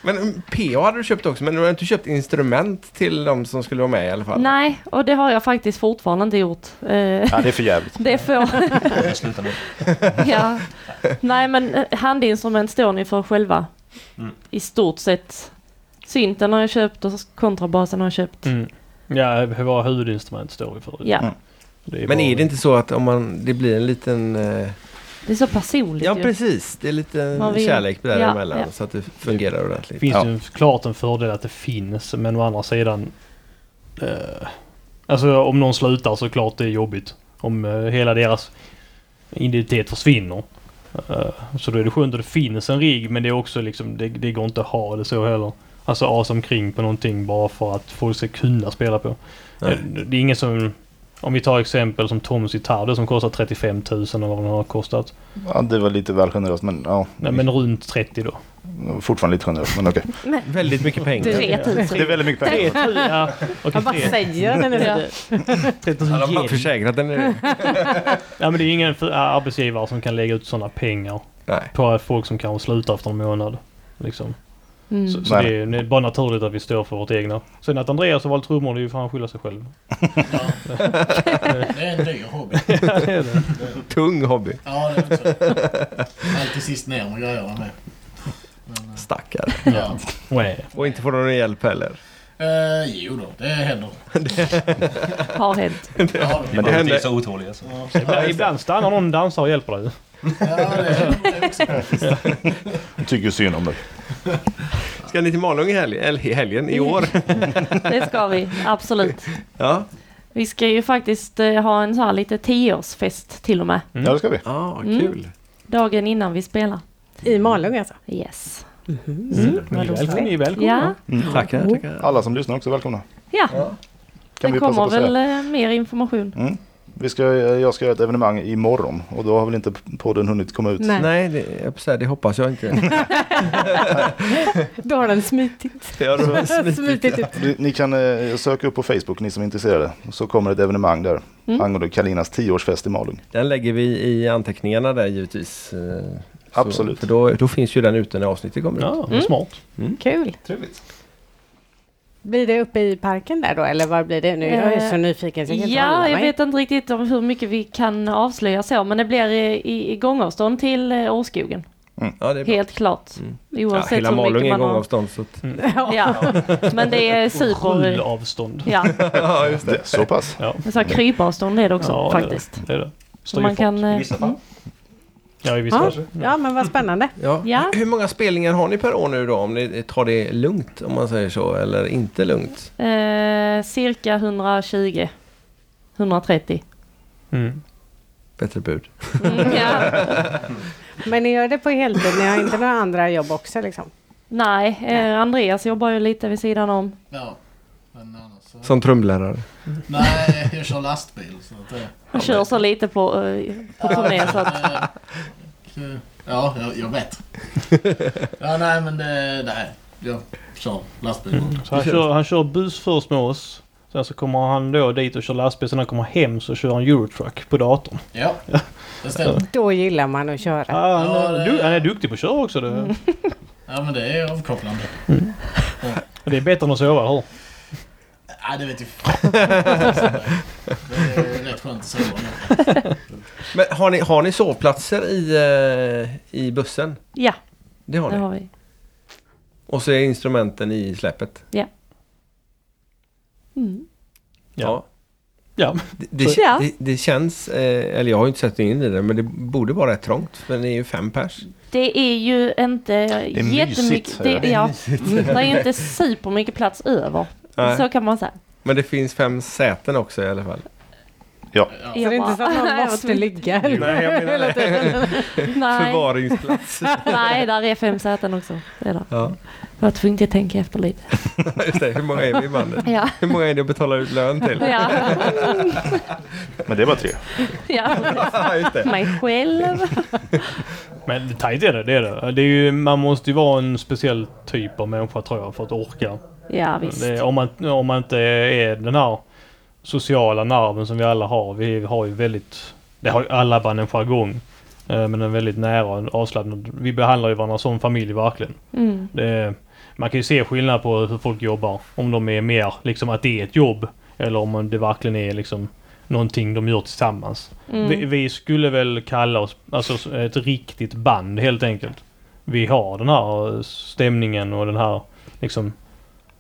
Men mm, PA hade du köpt också, men du har inte köpt instrument till de som skulle vara med i alla fall? Nej, och det har jag faktiskt fortfarande inte gjort. Eh, Ja, det är för jävligt. det får... Jag slutar nu. ja. Nej men eh, handinstrument står ni för själva. Mm. I stort sett. Synten har jag köpt och kontrabasen har jag köpt. Mm. Ja, våra huvudinstrument står vi för. Ja, Mm. Det är Men bara- är det inte så att om man, det blir en liten... Eh, det är så personligt ja, ju. precis. Det är lite Man vill- kärlek däremellan Ja, ja. så att det fungerar ordentligt. Det finns ja. ju klart en fördel att det finns, men å andra sidan... Eh, alltså om någon slutar så klart det är jobbigt. Om eh, hela deras identitet försvinner. Eh, så då är det skönt att det finns en rigg, men det är också liksom, det, det går inte att ha det så heller. Alltså as omkring på någonting bara för att folk ska kunna spela på. Nej. Eh, Det är ingen som... Om vi tar exempel som Toms gitarr då, som kostar 35 000 eller vad den har kostat. Ja, det var lite väl generöst men ja. Nej men runt 30 då. Fortfarande lite generöst men okej. Väldigt mycket pengar. 3000. Det är väldigt mycket pengar. 3 000? Ja, okej. Jag bara säger den är så Ja. dyr. 3 Ja, 000 de har yen. försäkrat den [laughs] nu. Ja men det är ingen för- arbetsgivare som kan lägga ut sådana pengar Nej. på folk som kanske slutar efter en månad. Liksom. Mm. Så, så Nej. det är det är bara naturligt att vi står för vårt egna. Sen att Andreas har valt trummor, det är ju fan skylla sig själv. Det är en dyr hobby. [laughs] Ja, det är det. Tung hobby. Ja, det är väl så. Alltid sist ner med grejerna med. Stackare. Ja. Nej. Och inte får någon hjälp heller. Eh, jo då, det händer. Har hänt. Ja, Men det det är händer- inte så otåliga. Så. Ibland, ibland stannar någon dansare och hjälper dig. ja, det, det är också Jag tycker synd om dig. Ska ni till Malung i helgen? Eller i helgen? I [laughs] år? Det ska vi, absolut. Ja. Vi ska ju faktiskt eh, ha en sån här lite tioårsfest till och med. Ja, det ska vi. Ja, Mm. Ah, kul. Dagen innan vi spelar. Typ I Malung alltså. Yes. Ni är välkomna. Ni är Ja, välkomna. Tackar, tackar. Alla som lyssnar också välkomna. ja. Kan det vi passa på kommer att säga. väl eh, mer information. Vi ska, jag ska göra ett evenemang imorgon och då har väl inte podden hunnit komma ut. Nej. Nej, det, jag höll på att säga, det hoppas jag inte. Då har den smitit. [laughs] Jag har smitit ut. Du, Ni kan eh, söka upp på Facebook, ni som är intresserade. Så kommer ett evenemang där Mm. angående Kalinas 10-årsfest i Malung. Den lägger vi i anteckningarna där givetvis. eh, Absolut. Så, för då, då finns ju den ute när avsnittet kommer ut. Ja, vad smart. Kul. Trevligt. Blir det uppe i parken där då eller var blir det? Nu jag är Eh, så nyfiken. Så jag kan inte hålla Ja, jag mig. vet inte riktigt om hur mycket vi kan avslöja så, men det blir i, i, i gångavstånd till eh, Årskogen. Ja, det är bra. Helt klart. Mm. ja, Oavsett hela hur Malung mycket är man har. gångavstånd. Så att, Ja. Men det är super... Rullavstånd. Ja, ja, just Det, så pass. Ja. så här krypavstånd är det också Ja, faktiskt. Det är det. Så man Styrfart. kan... eh, I vissa fall. Ja, i vissa Ja, fall. ja, men vad spännande. Ja. Ja. Hur många spelningar har ni per år nu då? Om ni tar det lugnt om man säger så eller inte lugnt? Eh, cirka 120. 130. Mm. Bättre bud. Mm, ja. Men ni gör det på heltid? Ni har inte några andra jobb också liksom? Nej, eh, Andreas jobbar ju lite vid sidan om. Ja. Men annars så... Som trumlärare. Nej, jag kör lastbil. Så att det... Han kör så lite på, eh, på turné så att... Eh, eh, Ja, jag, jag vet. Ja, nej, men det... Nej, jag kör lastbil. Så han, kör, han kör bus först med oss. Sen så kommer han då dit och kör lastbil. Sen när han kommer hem så kör han Eurotruck på datorn. Ja, det stämmer. Då gillar man att köra. Ah, han, är, Ja, det- du, han är duktig på att köra också. Det, Ja, men det är avkopplande. [laughs] det är bättre än att sova, eller hur? Ja, det vet jag fan. Det är rätt skönt att sova nu. Men har ni, har ni sovplatser i, eh, i bussen? Ja, Det har det ni? har vi. Och så är instrumenten i släpet? Mm. Ja. Ja. Det, det, Ja. det, det känns, eh, eller jag har ju inte sett in i det, men det borde vara rätt trångt. För ni är ju fem pers. Det är ju inte är mysigt, jättemycket... säger Det, ja, det är ju inte supermycket plats över. Nej. Så kan man Alltså, säga. Men det finns fem säten också i alla fall. Jag Så det är bara- inte så att någon Jag måste tror- ligga Nej, jag menar [laughs] hela tiden. [laughs] Nej, [laughs] Förvaringsplats. nej, där är fem säten också. Det är där. Ja, Jag var tvungen att tänka efter lite. just det. Hur många är vi i bandet? Ja, Hur många är det att betala ut lön till? ja, Men det var tre. ja. Ja, just det. Mig själv. Men tajt är det, det är det. det är ju, man måste ju vara en speciell typ av människa tror jag för att orka. Ja, visst. Det, om, man, om man inte är den här sociala nerven som vi alla har. Vi har ju väldigt... Det har ju alla band en jargong. eh, Men en väldigt nära och avslappnad. Vi behandlar ju varandra som familj verkligen. Mm. Det, man kan ju se skillnad på hur folk jobbar. Om de är mer liksom att det är ett jobb. Eller om det verkligen är liksom någonting de gör tillsammans. Vi, Mm. vi skulle väl kalla oss alltså ett riktigt band helt enkelt. Vi har den här eh, stämningen och den här liksom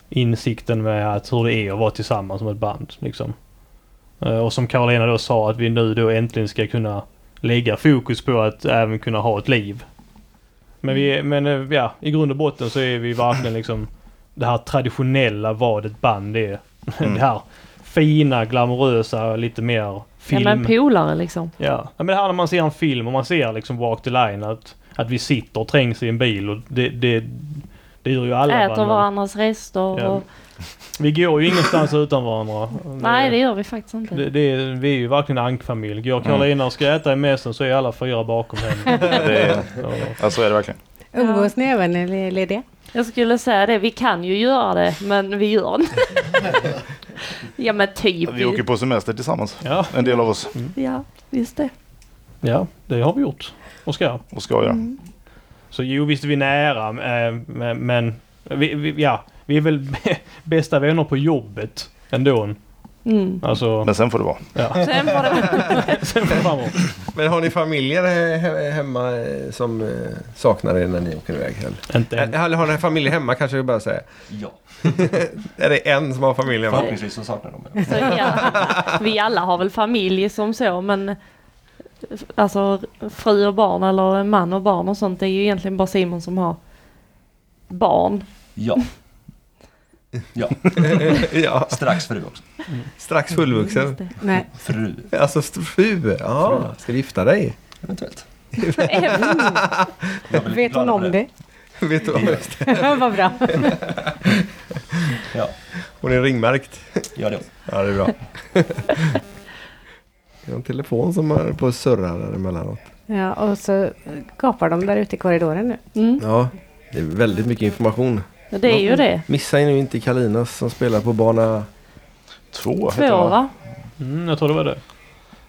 insikten med att hur det är att vara tillsammans som ett band. Liksom. Eh, Och som Karolina då sa att vi nu då äntligen ska kunna lägga fokus på att även kunna ha ett liv. Men, vi, Mm. men eh, ja, i grund och botten så är vi verkligen liksom det här traditionella vad ett band är. [laughs] Mm. Det här fina, glamorösa, lite mer Ja, film. men polare liksom. Ja, Ja, men det här när man ser en film och man ser liksom Walk the Line att, att vi sitter och trängs i en bil och det, det, det gör ju alla. Äter band. varandras rester Ja. och... Vi går ju ingenstans utan varandra. [laughs] Nej, det gör vi faktiskt inte. det, det är, vi är ju verkligen en ankfamilj. Går Karolina och ska äta i mässen så är alla fyra bakom [laughs] henne. Det är, [laughs] Ja. ja, så är det verkligen. Umgås ni även när ni är lediga? Jag skulle säga det, vi kan ju göra det, men vi gör [laughs] inte. ja, men typ. Vi åker på semester tillsammans. Ja, En del av oss. Ja, visst det. ja, det har vi gjort. Och ska. Och ska göra. Mm. Så jo, visst är vi nära. eh, Men, men vi, vi, ja, vi är väl [laughs] bästa vänner på jobbet ändå. Mm. Alltså, Men sen får det vara. ja. Sen var [laughs] det... Sen framåt. Men har ni familjer he- he- hemma eh, som eh, saknar er när ni åker iväg? Eller, Inte än. Eh, eller har ni familjer hemma kanske jag bara säger. Ja, Är det en som har familj hemma? förhoppningsvis så saknar de mig. Så, ja. Vi alla har väl familj som så, men alltså fru och barn eller man och barn och sånt, det är ju egentligen bara Simon som har [laughs] barn. Ja. Ja, [laughs] ja, strax fru också. strax fullvuxen. Just det. Nej. Fru, Alltså st- fru. Ja, ska du gifta dig? eventuellt. Vet hon om det? Vet du, [laughs] vad bra. Ja, hon är ringmärkt. gör det. Ja, det är [laughs] bra. Jag har en telefon som är på att surra där emellanåt. Ja, och så gapar de där ute i korridoren nu. Mm. Ja, det är väldigt mycket information. Det är ju det. Missa nu inte Kalinas som spelar på bana... Två heter Två det va? va? Mm, jag tror det var det.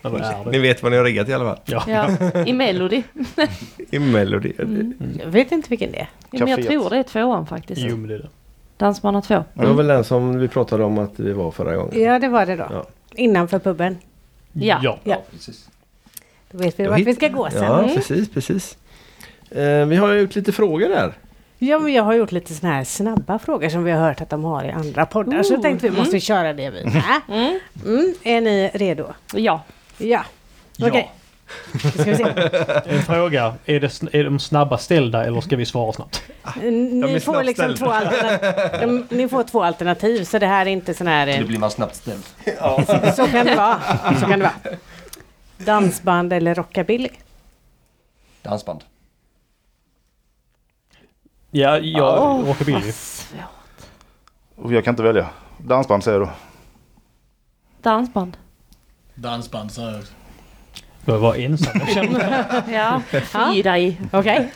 Eller är det? Ni vet vad ni har riggat i alla fall. Ja. Ja, i Melody. I Melody. Mm. Jag vet inte vilken det är. Ja, men jag Caféet. tror det är tvåan faktiskt. Jo men det är det. Dansbana 2. Det var väl den som vi pratade om att vi var förra gången. Ja, det var det då. Mm. Ja. Innanför puben. Ja. ja. Ja. precis. Då vet vi Då vart vi hitt- ska gå sen. Ja, Mm. precis, precis. Eh, vi har ju gjort lite frågor där. Ja, men jag har gjort lite såna här snabba frågor som vi har hört att de har i andra poddar. Så Ooh. tänkte vi måste köra det vi med. Mm. [laughs] Mm. Är ni redo? Ja. Ja. Okej. Då Ska vi [laughs] se. En fråga. Är, det, sn- är de snabba ställda eller ska vi svara snabbt? Ni är får liksom snabbställda. två alternativ. Ni får två alternativ så det här är inte sån här... Då eh, blir man snabbt ställd. Så kan det vara. Så kan det vara. Dansband eller rockabilly? Dansband. Ja, jag Åh, råkar vad billig. svårt. Och jag kan inte välja. Dansband säger jag då. Dansband. Dansband så här. Jag var ensam. Jag känner mig. [laughs] Ja, fy dig. [laughs] Okej.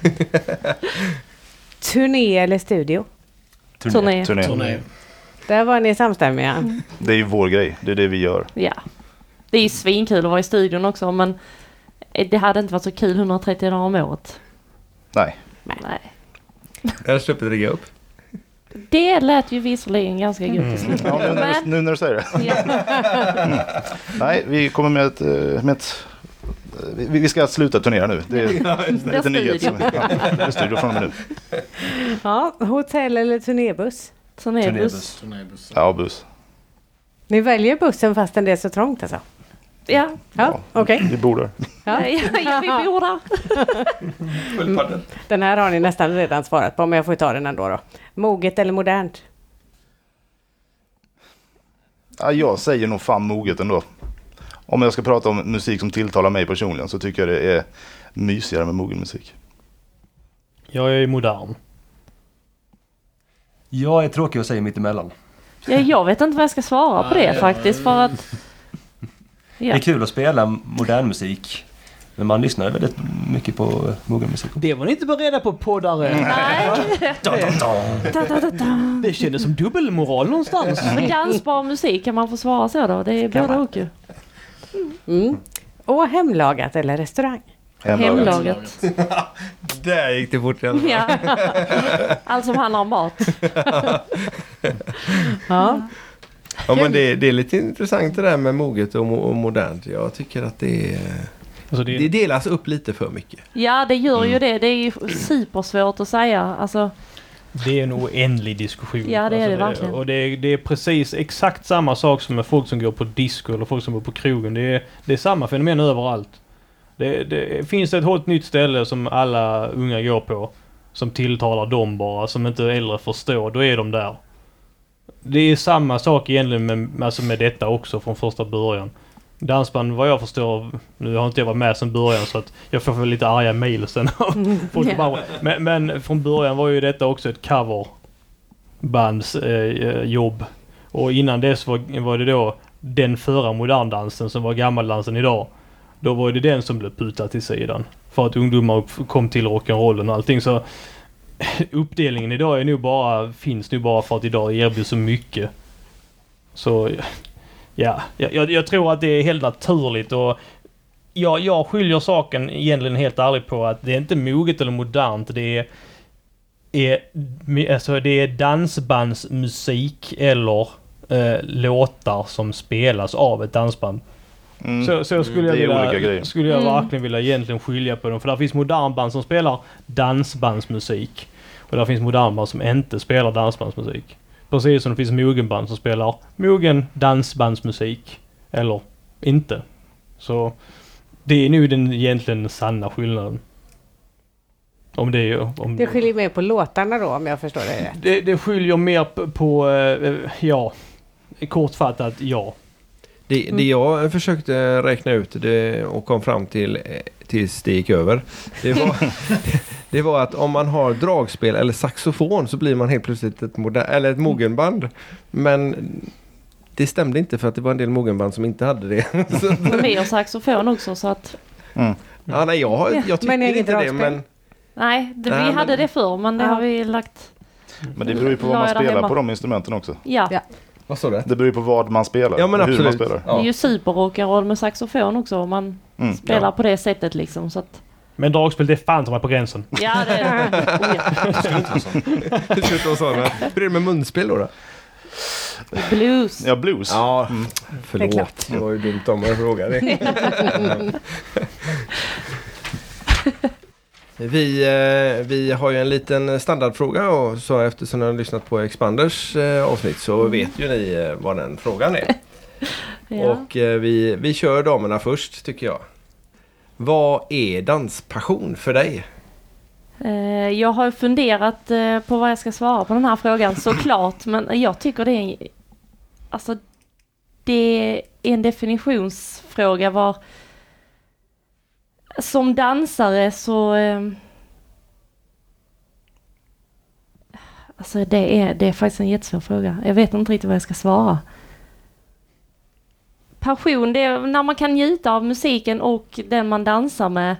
Turné eller studio? Turné. Turné. Turné. Där var ni samstämmiga. Det är ju vår grej. Det är det vi gör. Ja. Det är ju svinkul att vara i studion också men det hade inte varit så kul 130 dagar om året. Nej. Nej. Jag har sluppit rigga upp. Det lät ju visserligen ganska gott i slutet. Ja, nu, när du, nu när du säger Mm. [laughs] det. Ja. Nej, vi kommer med ett... eh, Med ett eh, vi vi ska sluta turnera nu. Det är Det är lite nyhet. studio. som- Ja, det är studio från och med nu. Ja, hotell eller turnébuss? Turnébuss. Turnébuss. Turnébuss. Ja, buss. Ni väljer bussen fastän det är så trångt alltså? Ja. Ja, okej. Vi bor där. Ja. ja, vi bor där. Full paddel. Den här har ni nästan redan svarat på men jag får ju ta den ändå då. Moget eller modernt? Ja, jag säger nog fan moget ändå. Om jag ska prata om musik som tilltalar mig personligen så tycker jag det är mysigare med mogen musik. Jag är modern. Jag är tråkig och säger mittemellan. Ja, jag vet inte vad jag ska svara på det faktiskt för [laughs] att... Det Ja. är kul att spela modern musik. Men man lyssnar väldigt mycket på eh, mogen musik. Det var ni inte beredda på poddare. [laughs] Nej, Da, da, da. da, da, da, da. Det kändes som dubbelmoral någonstans. Men dansbar musik, kan man få svara så då? Det är både och ju. Mm. Och hemlagat eller restaurang? Hemlagat. Hemlaget. Där gick det fort i alla fall. Ja. Allt som handlar om mat. Ja. Ja, men det, det är lite intressant det där med moget och, mo- och modernt. Jag tycker att det, är- Alltså det det är, delas upp lite för mycket. Ja, det gör Mm. ju det. Det är ju supersvårt att säga. Alltså, det är en oändlig diskussion. Alltså, Ja, det är det verkligen. Och det är, det är precis exakt samma sak som med folk som går på disco eller folk som går på krogen. Det är, det är samma fenomen överallt. Det, det finns det ett helt nytt ställe som alla unga går på. Som tilltalar dem bara, som inte äldre förstår. Då är de där. Det är samma sak egentligen med, alltså med detta också från första början. Dansband vad jag förstår, nu har inte jag varit med sedan början så att jag får väl lite arga mejl sen. [laughs] av folk som bara- men, men från början var ju detta också ett coverbandsjobb. Eh, jobb. och innan dess var, var det då den förra moderndansen som var gammaldansen idag. Då var det den som blev putad till sidan. För att ungdomar upp- kom till rock'n'rollen och allting så [laughs] uppdelningen idag är nog bara, finns nu bara för att idag erbjuds så mycket. Så ja, jag, jag- jag tror att det är helt naturligt och jag, jag skiljer saken egentligen helt ärligt på att det är inte moget eller modernt. Det är, är, alltså det är dansbandsmusik eller eh, låtar som spelas av ett dansband. Mm. Så, så skulle, jag det är olika vilja, grejer. skulle jag Mm. verkligen vilja egentligen skilja på dem. För där finns modernband som spelar dansbandsmusik. Och där finns modernband som inte spelar dansbandsmusik. Precis som det finns mogenband som spelar mogen dansbandsmusik. Eller inte. Så det är nu den egentligen sanna skillnaden. Om det är... Om Det skiljer mer på låtarna då om jag förstår det rätt. det, det skiljer mer på... på eh, ja. Kortfattat ja. Det, det jag försökte räkna ut det, och kom fram till eh, tills det gick över. [laughs] Det var, det var att om man har dragspel eller saxofon så blir man helt plötsligt ett, moder- eller ett mogenband. Men det stämde inte för att det var en del mogenband som inte hade det. [laughs] Så, Men vi har saxofon också så att... ja, nej, jag, har- jag tycker men eget inte det dragspel. men Nej, det, Nej, vi men- hade det förr men det Ja. har vi lagt... Men det beror ju på vad La man jag där spelar hemma. på de instrumenten också. Ja. Ja. Vad står det? Det beror ju på vad man spelar. Ja men och hur man absolut. spelar. Det är Ja. ju superrockaroll med saxofon också om man Mm. spelar på det sättet liksom. Så att, Men dragspel det är fan som är på gränsen. ja, det är det. Oh, ja. Sluta och sådana. Hur är det med munspel då? då? Blues. Ja, blues. Ja, Mm. Det är förlåt. Det var ju dumt om jag frågade. Vi, eh, vi har ju en liten standardfråga och så eftersom ni har lyssnat på Expanders eh, avsnitt så vet ju ni eh, vad den frågan är. Ja. Och eh, vi, vi kör damerna först tycker jag. Vad är danspassion för dig? Eh, Jag har funderat eh, på vad jag ska svara på den här frågan såklart men jag tycker det är en, alltså, det är en definitionsfråga var som dansare så eh, Alltså det är, det är faktiskt en jättesvår fråga. Jag vet inte riktigt vad jag ska svara. Passion, det är när man kan njuta av musiken och den man dansar med.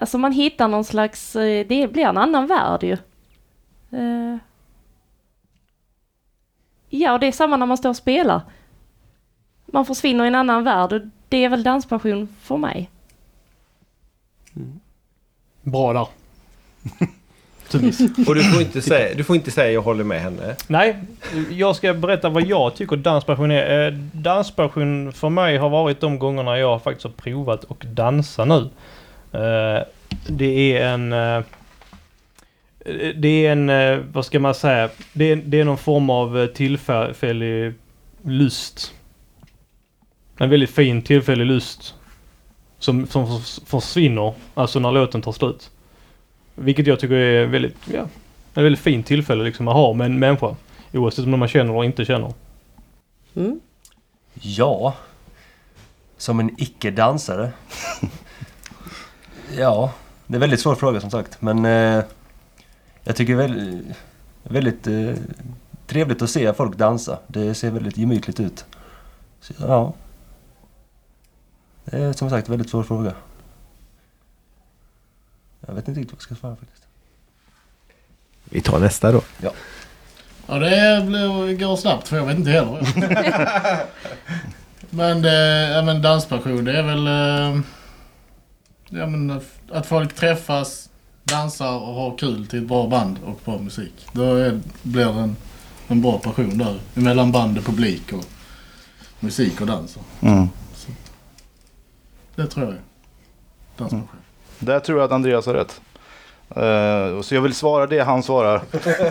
Alltså man hittar någon slags, eh, det blir en annan värld ju. Eh. Ja, och det är samma när man står och spelar. Man försvinner i en annan värld och det är väl danspassion för mig. Bra där. Och du får [laughs] inte säga, du får inte säga jag håller med henne. Nej, jag ska berätta vad jag tycker danspassion är. Eh, Danspassion för mig har varit de gångerna jag faktiskt har provat och dansa nu. Eh, Det är en... eh, Det är en, eh, vad ska man säga, det är, det är någon form av eh, tillfällig lust. En väldigt fin tillfällig lust. Som, som förs- försvinner, alltså när låten tar slut. Vilket jag tycker är väldigt, ja, en väldigt fint tillfälle liksom att ha med en människa. Oavsett om man känner eller inte känner. Mm. Ja. Som en icke-dansare. [laughs] ja, det är en väldigt svår fråga som sagt. Men eh, jag tycker väl, väldigt eh, trevligt att se folk dansa. Det ser väldigt gemytligt ut. Så, ja. Det är som sagt en väldigt svår fråga. Jag vet inte riktigt vad jag ska svara faktiskt. Vi tar nästa då. Ja, det blev, går snabbt för jag vet inte heller. men, det, ja, men danspassion det är väl... eh, Ja, men att folk träffas, dansar och har kul till ett bra band och bra musik. Då är, blir det en, en bra passion där mellan band och publik och musik och dans. Mm. Det tror jag. är Danspassion. Där tror jag att Andreas har rätt. Eh, så jag vill svara det han svarar.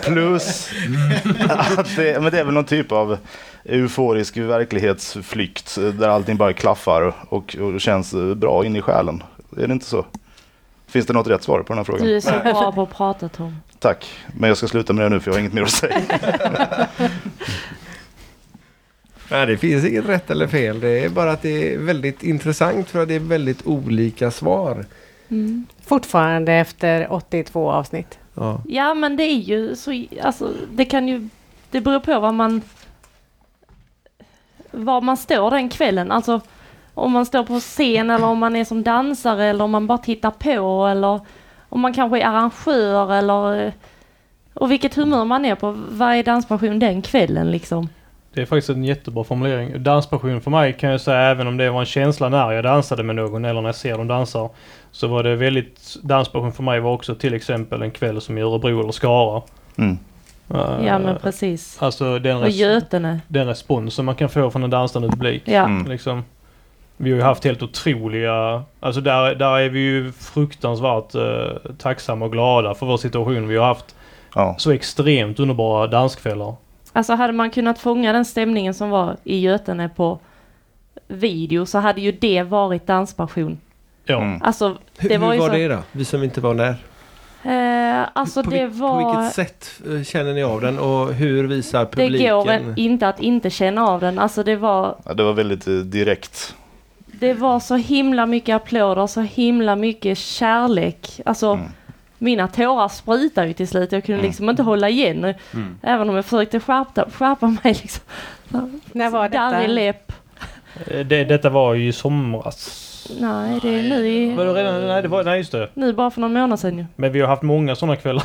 [laughs] Plus att det, men det är väl någon typ av euforisk verklighetsflykt eh, där allting bara klaffar och, och känns eh, bra in i själen. Är det inte så? Finns det något rätt svar på den här frågan? Du är så bra på att prata Tom. Tack, men jag ska sluta med det nu för jag har inget mer att säga. Nej, det finns inget rätt eller fel. Det är bara att det är väldigt intressant för att det är väldigt olika svar. Fortfarande efter 82 avsnitt. Ja. Ja men det är ju så, alltså det kan ju, det beror på vad man, var man står den kvällen. Alltså om man står på scen eller om man är som dansare eller om man bara tittar på eller om man kanske är arrangör eller eh, och vilket humör man är på. Vad är danspassion den kvällen liksom? Det är faktiskt en jättebra formulering. Danspassion för mig kan jag säga även om det var en känsla när jag dansade med någon eller när jag ser dem dansa. Så var det väldigt... Danspassion för mig var också till exempel en kväll som i Örebro eller Skara. Mm. Eh, Ja men precis. Alltså den, Och res- Götene. den respons som man kan få från en dansande publik. Ja. Mm. Liksom, vi har ju haft helt otroliga... Alltså där, där är vi ju fruktansvärt eh, tacksamma och glada för vår situation. Vi har haft Ja. så extremt underbara danskvällar. Alltså hade man kunnat fånga den stämningen som var i Götene på video så hade ju det varit danspassion. Ja. Mm. Alltså Hur det var var, ju var så. det då? Vi som inte var där. Eh, alltså på, det vil- var... på vilket sätt eh, känner ni av den och hur visar det publiken? går en- inte att inte känna av den. Alltså det var, Ja, det var väldigt eh, direkt. det var så himla mycket applåder, så himla mycket kärlek. Alltså Mm. Mm. mina tårar sprutade ju till slut. Jag kunde liksom inte hålla igen. Mm. Även om jag försökte skärpa, skärpa mig liksom. När var Darrig detta? läpp. Eh, Det, detta var ju i somras. Nej, det är nu i... Var det redan? Nej, det var, nej, just det. Nu bara för någon månad sedan ju. Men vi har haft många sådana kvällar.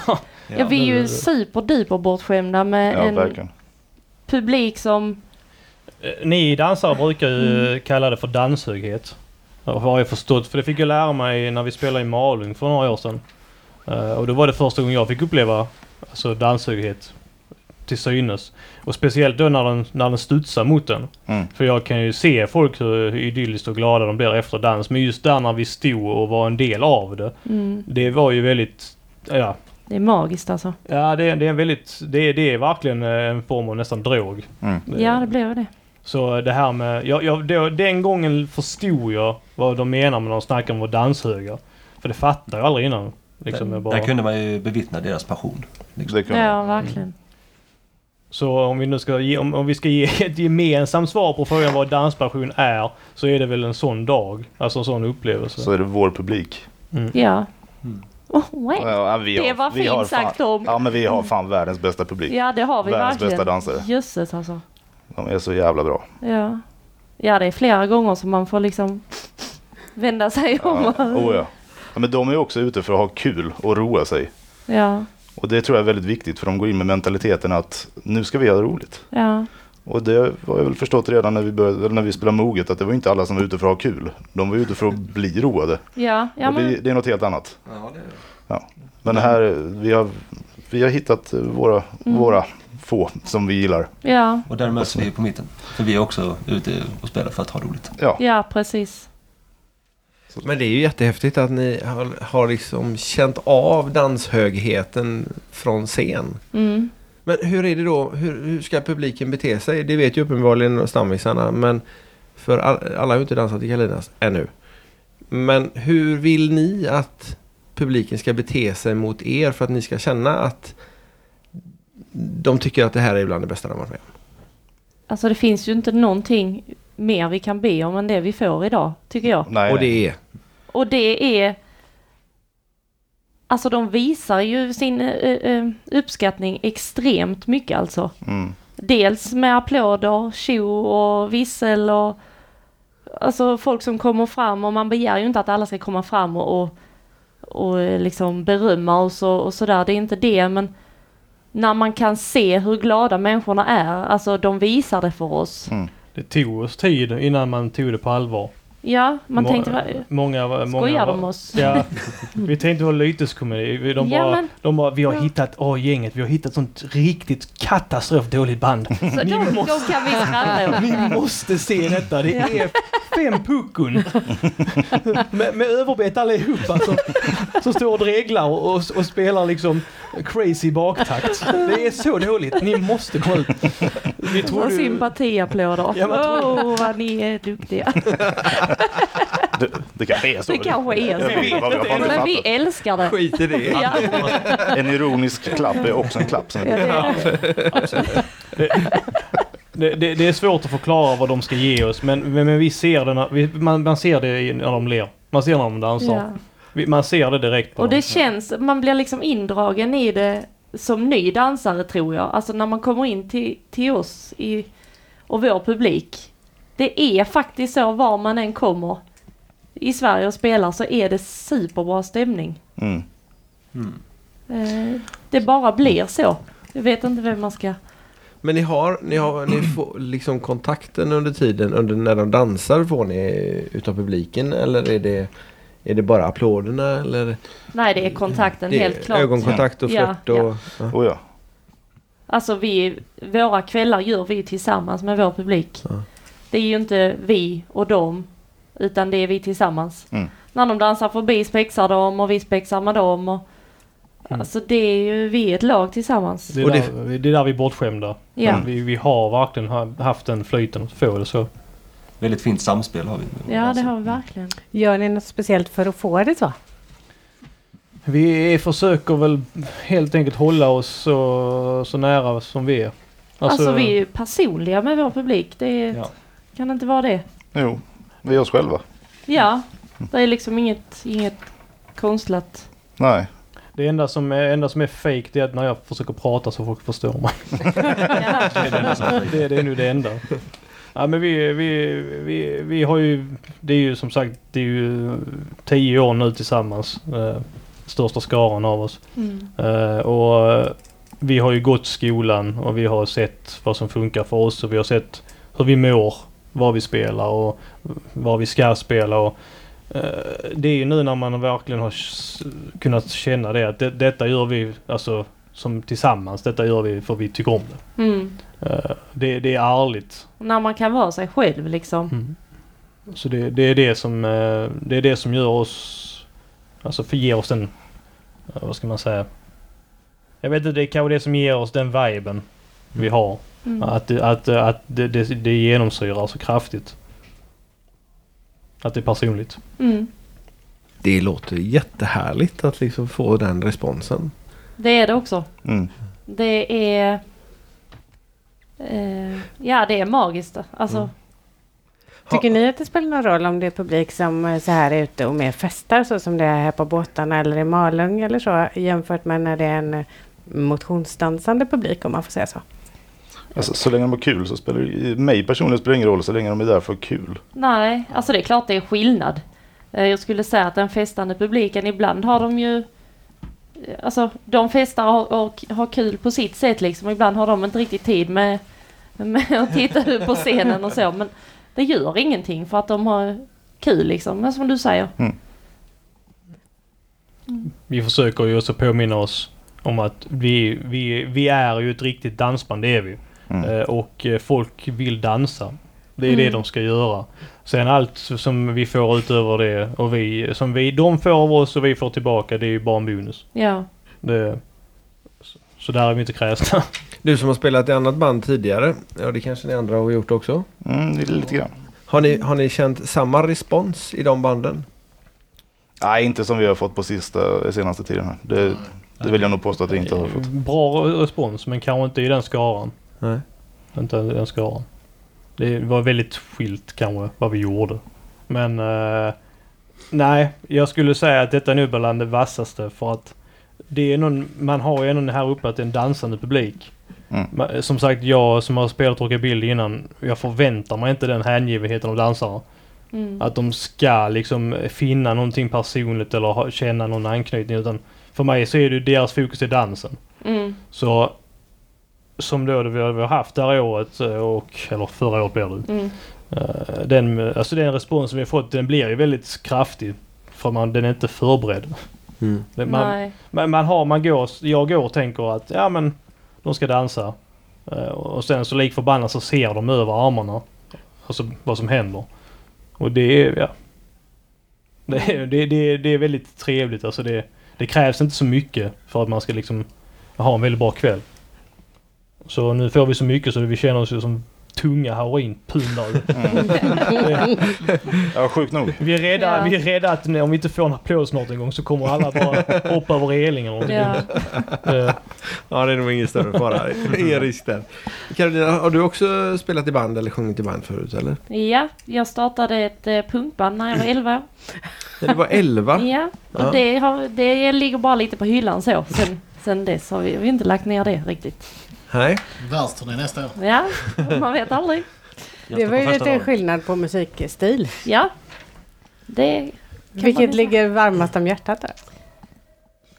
Ja, vi är ju superduper bortskämda med Ja, en verkligen. publik som... [laughs] Eh, Ni dansare brukar ju kalla det för danshöghet. Ja, Har jag förstått. För det fick jag lära mig när vi spelade i Malung för några år sedan. Eh, Och då var det första gången jag fick uppleva alltså, danshöghet till synes. Och speciellt då när den, när den studsar mot den. Mm. För jag kan ju se folk hur idylliskt och glada de blir efter dans. Men just där när vi stod och var en del av det. Mm, Det var ju väldigt... Ja, det är magiskt alltså. ja det, det är en väldigt... Det, det är verkligen eh, en form av nästan drog. Eh, Mm. Ja, det blev det. Så det här med... Jag, jag, då, den gången förstod jag vad de menar när de snackar om vår danshögar. För det fattade jag aldrig innan. Liksom, jag bara, Där kunde man ju bevittna deras passion. Det kan Ja, verkligen. Så om vi nu ska ge, om, om vi ska ge [laughs] ett gemensamt svar på frågan vad danspassion är. Så är det väl en sån dag. Alltså en sån upplevelse. Så är det vår publik. Ja. Mm. Oh, wow. Ja, vi Det var vi har fint sagt fan, Tom. Ja, men vi har fan världens bästa publik. Ja, det har vi Världens verkligen. bästa dansare. Jösses alltså. De är så jävla bra. Ja. ja, det är flera gånger som man får liksom vända sig om. Ja, och- oh ja. Ja, men de är också ute för att ha kul och roa sig. ja, Och det tror jag är väldigt viktigt för de går in med mentaliteten att nu ska vi ha roligt. ja. Och det har jag väl förstått redan när vi, började, eller när vi spelade moget att det var inte alla som var ute för att ha kul. De var ute för att bli roade. Ja, ja och det, men det är något helt annat. Ja, det är det. Men här, vi har, vi har hittat våra, Mm. våra få som vi gillar. ja, Och där möts vi ju på mitten. För vi är också ute och spelar för att ha roligt. Ja, ja, precis. Men det är ju jättehäftigt att ni har, har liksom känt av danshögheten från scen. Mm. Men hur är det då? Hur, hur ska publiken bete sig? Det vet ju uppenbarligen stammisarna. Men för all, alla har ju inte dansat i Kalinas ännu. Men hur vill ni att publiken ska bete sig mot er för att ni ska känna att de tycker att det här är ibland det bästa de har varit med om? Alltså det finns ju inte någonting mer vi kan be om än det vi får idag, tycker jag. nej. Och det är? Och det är... Alltså de visar ju sin eh, eh, uppskattning extremt mycket alltså. Mm. Dels med applåder, tjo och vissel och... Alltså folk som kommer fram och man begär ju inte att alla ska komma fram och, och, och eh, liksom berömma oss och, och sådär. Det är inte det men... När man kan se hur glada människorna är, alltså de visar det för oss. Det tog oss tid innan man tog det på allvar. Ja, man Må- tänkte... va- Många, många Skojar var- de oss? Ja, vi tänkte vara lyteskomedi. Vi- De Ja, bara, men- de bara, vi har Ja. hittat, åh gänget, vi har hittat sånt riktigt katastrofdåligt band. [laughs] Så då, då kan vi skratta åt. Ni måste se detta, det är fem puckon. med, med överbett allihopa som, som står och dreglar och, och, och spelar liksom crazy baktakt. Det är så dåligt, ni måste kolla. Vi Och trodde ju, sympatiapplåder. Ja, men Åh, vad ni är duktiga. Det, det kanske är så. Det kanske är så. Jag vet inte, jag har inte Men vi fattat. älskar det. Skit i det. [laughs] Ja, En ironisk klapp är också en klapp. Som ja, det är det. det, det, det är svårt att förklara vad de ska ge oss men, men, men vi ser det när, vi, man, man ser det i- när de ler. Man ser när de dansar. Ja. Vi, man ser det direkt på Och dem. det känns, man blir liksom indragen i det som ny dansare tror jag. Alltså när man kommer in till, till oss i, och vår publik. Det är faktiskt så var man än kommer i Sverige och spelar så är det superbra stämning. Mm. Eh, Det bara blir så. Jag vet inte vem man ska... Men ni har, ni har ni får liksom kontakten under tiden under när de dansar får ni utav publiken eller är det, är det bara applåderna eller? Nej det är kontakten det är helt klart. Ögonkontakt och Ja, flört ja. och... Ja. Oh ja. Alltså vi, våra kvällar gör vi tillsammans med vår publik. Det är ju inte vi och dem, utan det är vi tillsammans. Mm. När de dansar förbi spexar de och vi spexar med dem. Och, Alltså det är ju, vi är ett lag tillsammans. Mm. Det Mm. är, Och det- där, det är där vi är bortskämda. Ja, Vi, vi har verkligen ha- haft den flöjten att få det så. Väldigt fint samspel har vi. ja det har vi verkligen. Gör ni något speciellt för att få det så? Vi försöker väl helt enkelt hålla oss så, så nära som vi är. Alltså, vi är ju personliga med vår publik. Det är, Ja. kan inte vara det. Jo, vi är oss själva. Ja, det är liksom inget, inget [laughs] konstlat. Nej. Det enda som, är, enda som är fake det är att när jag försöker prata så folk förstår mig. Ja. [laughs] det, det är nu det enda. Ja, men vi, vi, vi, vi har ju... Det är ju som sagt det är ju tio år nu tillsammans. Eh, största skaran av oss. Mm. Eh, och eh, vi har ju gått skolan och vi har sett vad som funkar för oss och vi har sett hur vi mår, vad vi spelar och vad vi ska spela. Och, eh, det är ju nu när man verkligen har s- kunnat känna det att det, detta gör vi alltså som tillsammans. Detta gör vi för vi tycker om det. Mm. Eh, det, det är ärligt. När man kan vara sig själv liksom. Så det, det, är det, som, eh, det är det som gör oss... Alltså för ger oss den... eh, Vad ska man säga? Jag vet inte, det är kanske det som ger oss den viben vi har. Mm. Att, det- att, eh, att det, det, det genomsyrar så kraftigt. Att det är personligt. Mm. Det låter jättehärligt att liksom få den responsen. Det är det också. Mm. Det är... Eh, ja, det är magiskt. Alltså, Tycker ni att det spelar någon roll om det är publik som eh, så här är ute och mer festar så som det är här på båtarna eller i Malung eller så jämfört med när det är en eh, motionsdansande publik om man får säga så? Alltså, så länge de har kul så spelar det, mig personligen spelar det ingen roll så länge de är där för att ha kul. Nej, alltså det är klart det är skillnad. Eh, Jag skulle säga att den festande publiken, ibland har de ju... Alltså de festar och, och har kul på sitt sätt liksom. Ibland har de inte riktigt tid med, med att titta ut på scenen och så. Men det gör ingenting för att de har kul liksom. Men som du säger. Vi försöker ju också påminna oss om att vi, vi, vi är ju ett riktigt dansband, det är vi. Mm. Eh, Och eh, folk vill dansa. Det är det Mm. de ska göra. Sen allt som vi får utöver det och vi, som vi, de får av oss och vi får tillbaka, det är ju bara en bonus. Ja. Det, så- så där är vi inte kräsna. Du som har spelat i annat band tidigare, ja det kanske ni andra har gjort också. Mm, det är lite grann. Har ni, har ni känt samma respons i de banden? Nej, inte som vi har fått på sista, senaste tiden här. Mm, Det, det vill jag nog påstå att vi inte har fått. Eh, Bra respons men kanske inte i den skaran. Nej. Inte i den skaran. Det var väldigt skilt kanske vad vi gjorde. Men eh, nej, jag skulle säga att detta är nog bland det vassaste för att det är någon, man har ju ändå här uppe att det är en dansande publik. Mm. Ma- eh, Som sagt, jag som har spelat rockabilly innan, jag förväntar mig inte den hängivenheten av dansare. Mm. Att de ska liksom finna någonting personligt eller ha, känna någon anknytning. Utan för mig så är det ju deras fokus i dansen. Mm. Så som då det vi har haft det här året eh, och eller förra året blir det. Mm. Eh, Den, eh, alltså den respons som vi har fått den blir ju väldigt kraftig. För man, den är inte förberedd. Mm. Det- Man, Nej. man, man har, man går, jag går och tänker att ja men de ska dansa. Eh, Och sen så lik förbannat så ser de över armarna. Alltså vad som händer. Och det är, ja. Det Mm. är, det, det, det är väldigt trevligt alltså det, det krävs inte så mycket för att man ska liksom ha en väldigt bra kväll. Så nu får vi så mycket så vi känner oss ju som tunga [laughs] heroinpundare. Ja, sjukt nog. Vi är rädda, Ja. vi är rädda att om vi inte får en applåd snart en gång så kommer alla bara [laughs] hoppa över relingen. Och Ja. Eh, Ja, det är nog ingen större [laughs] fara. ingen risk där. Karolina, har du också spelat i band eller sjungit i band förut eller? ja, jag startade ett eh, punkband när jag var 11. När du var 11? Ja, och Ja. Det, har, det ligger bara lite på hyllan så. Sen, sen dess har vi, vi har inte lagt ner det riktigt. Nej. Världsturné [laughs] nästa år. Ja, man vet aldrig. Jag det står var på ju första lite raden. skillnad på musikstil. Ja, det kan man Vilket väl säga. ligger varmast om hjärtat? Där?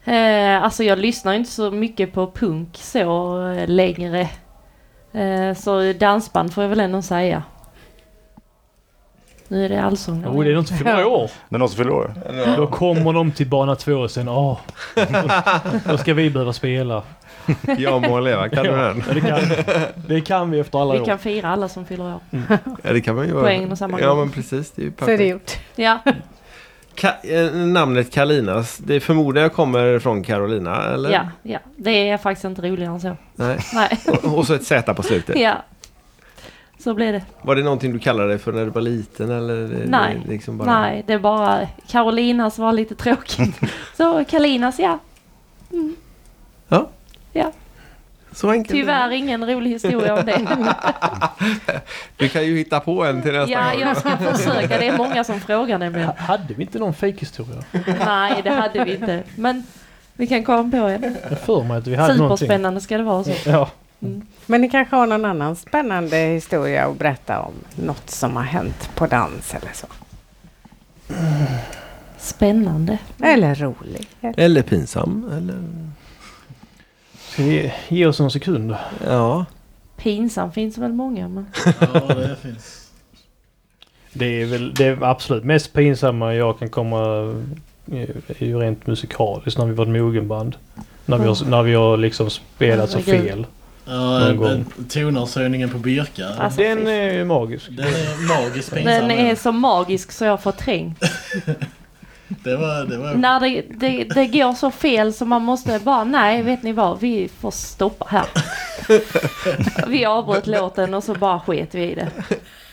Eh, alltså jag lyssnar inte så mycket på punk så eh, längre. Eh, så dansband får jag väl ändå säga. Nu är det allsång. Jo, oh, det är inte fyller år. Det är någon som fyller år. Då kommer de till bana två och sen åh. Då ska vi behöva spela. Jag må leva, kan du den? Ja, det, kan, det kan vi efter alla vi år. kan fira alla som fyller år. Ja, det kan man ju göra. Poängen och samma Ja, gång. men precis. Det är ju Så är det perfekt. gjort. Ja, Ka- eh, namnet Kalinas, det förmodar jag kommer från Carolina, eller? ja, ja. Det är faktiskt inte roligare än så. Nej. Nej, Och, och så ett Z på slutet. [laughs] ja. Så blir det. Var det någonting du kallade dig för när du var liten? Eller det, Nej. Det liksom bara... Nej, det är bara Karolinas var [laughs] lite tråkigt. så Kalinas, ja. Så enkelt är det. Tyvärr ingen rolig historia [laughs] om det. Du kan ju hitta på en till nästa ja, gång. jag ska försöka. Det är många som frågar nämligen. Hade vi inte någon fejkhistoria? Nej, det hade vi inte. Men vi kan komma på en. Jag för mig att vi hade någonting. Superspännande ska det vara så. Ja. Men ni kanske har någon annan spännande historia att berätta om? Något som har hänt på dans eller så? Spännande. Mm. Eller rolig? Eller pinsam. Eller... Ska vi ge oss någon sekund? Ja. Pinsam finns väl många men... Ja, det finns. Det är väl det är absolut mest pinsamma jag kan komma eh, är ju rent musikaliskt när vi var ett mogenband. När vi har, när vi har liksom spelat så Mm. Herregud. fel. Ja, Någon gång. eh, tonartshöjningen på Birka. Alltså, Den fy- är ju magisk. Den är magiskt pinsam. den är så magisk så jag har förträngt. Det var... Det var... När det, det, det går så fel så man måste bara nej vet ni vad vi får stoppa [laughs] här. Vi avbröt låten och så bara sket vi i det.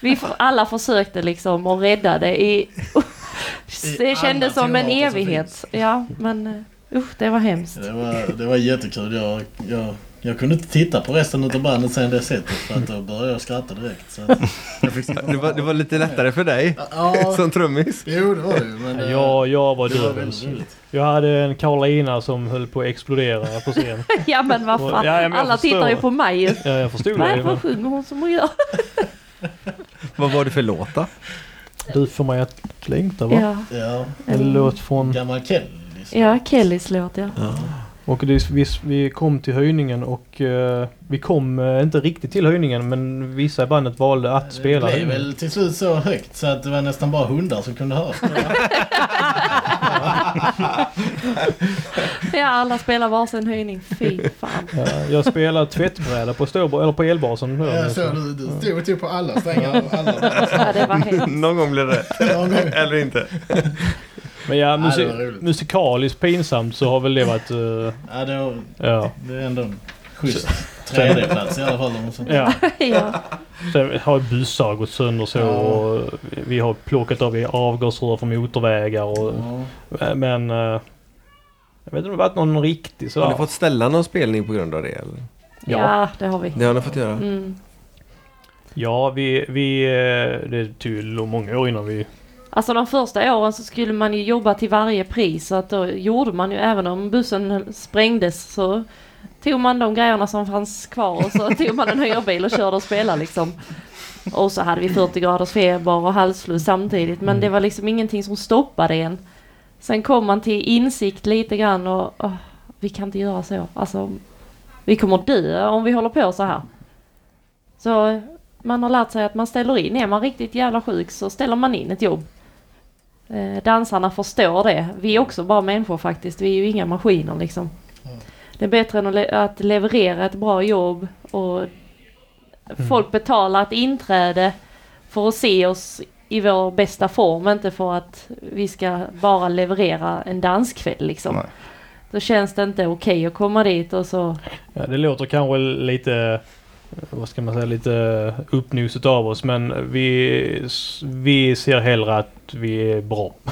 Vi f- alla försökte liksom och räddade i... [laughs] I alla Det kändes som en teater som evighet. Ja men eh, usch det var hemskt. Det var, det var jättekul. Jag, jag, jag kunde inte titta på resten av bandet sen det sättet för att då började jag skratta direkt. Så att jag fick "Ah, sitta Det var, det var lite lättare för dig Ja, som trummis. jo det var det ju. Men eh, Ja, jag var det var väldigt duvens. roligt. Jag hade en Karolina som höll på att explodera på scen. Ja men vad Ja, fan. ja, men jag alla förstår. tittar ju på mig ju. Ja, jag förstod det. Varför men sjunger hon som hon gör? Vad var det för låta? Du får mig att längta va? Ja, Ja, En låt från... gammal Kelly. liksom. ja Kellys låt ja. Och det, vi, vi kom till höjningen och eh, vi kom eh, inte riktigt till höjningen men vissa i bandet valde att Det spela blev höjningen. väl till slut så högt så att det var nästan bara hundar som kunde höra. Ja alla spelar varsin höjning. Fy fan. Ja, jag spelar tvättbräda på, ståbar, eller på elbasen. Jag såg du, du stod typ på alla strängar. och Alla, Ja, det var [laughs] hemskt. Någon gång blev det rätt. Någon gång. Eller inte. Men ja, Nej, det musi- var roligt. musikaliskt pinsamt så har väl det varit... eh, ja, det, var, ja. det är ändå en schysst tredjeplats i alla fall. om man så- ja. Ja. Sen har bussar gått sönder så Ja. och vi har plockat av avgasrör från motorvägar och... Ja. Men... eh, jag vet inte om det har varit någon riktig Har ni sådär. fått ställa någon spelning på grund av det? Eller? ja det har vi. Det har ni fått göra? Mm. Ja, vi... vi eh, det tog ju många år innan vi Alltså de första åren så skulle man ju jobba till varje pris så att då gjorde man ju även om bussen sprängdes så tog man de grejerna som fanns kvar och så tog man en hyrbil och körde och spelade liksom. Och så hade vi 40 graders feber och halsfluss samtidigt men det var liksom ingenting som stoppade en. Sen kom man till insikt lite grann och åh, vi kan inte göra så. Alltså vi kommer dö om vi håller på så här. Så man har lärt sig att man ställer in. Är man riktigt jävla sjuk så ställer man in ett jobb. Eh, dansarna förstår det. Vi är också bara människor faktiskt. Vi är ju inga maskiner liksom. Det är bättre än att, le- att leverera ett bra jobb och folk betalar ett inträde för att se oss i vår bästa form. Inte för att vi ska bara leverera en danskväll liksom. Nej. Då känns det inte okej att komma dit och så... Ja, det låter kanske lite, eh, vad ska man säga, lite uppnoset av oss men vi, vi ser hellre att vi är bra. [laughs]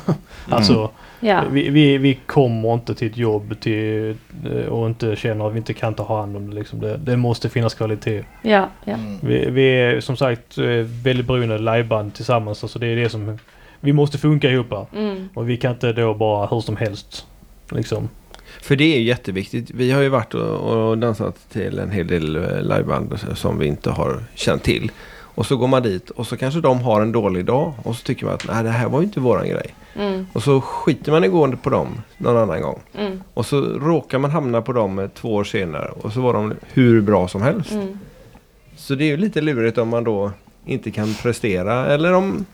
Alltså, Ja. vi, vi, vi kommer inte till ett jobb till, eh, och inte känner att vi inte kan ta hand om det. Liksom. Det, det måste finnas kvalitet. Ja, ja. Mm. Vi, vi är som sagt eh, väldigt beroende av liveband tillsammans. Alltså, det är det som, vi måste funka ihop här. Mm. och vi kan inte då bara hur som helst. Liksom. För det är ju jätteviktigt. Vi har ju varit och, och dansat till en hel del eh, liveband som vi inte har känt till. Och så går man dit och så kanske de har en dålig dag och så tycker man att nej det här var ju inte våran grej. Mm. Och så skiter man i gående på dem någon annan gång. Mm. Och så råkar man hamna på dem eh, två år senare och så var de hur bra som helst. Mm. Så det är ju lite lurigt om man då inte kan prestera eller om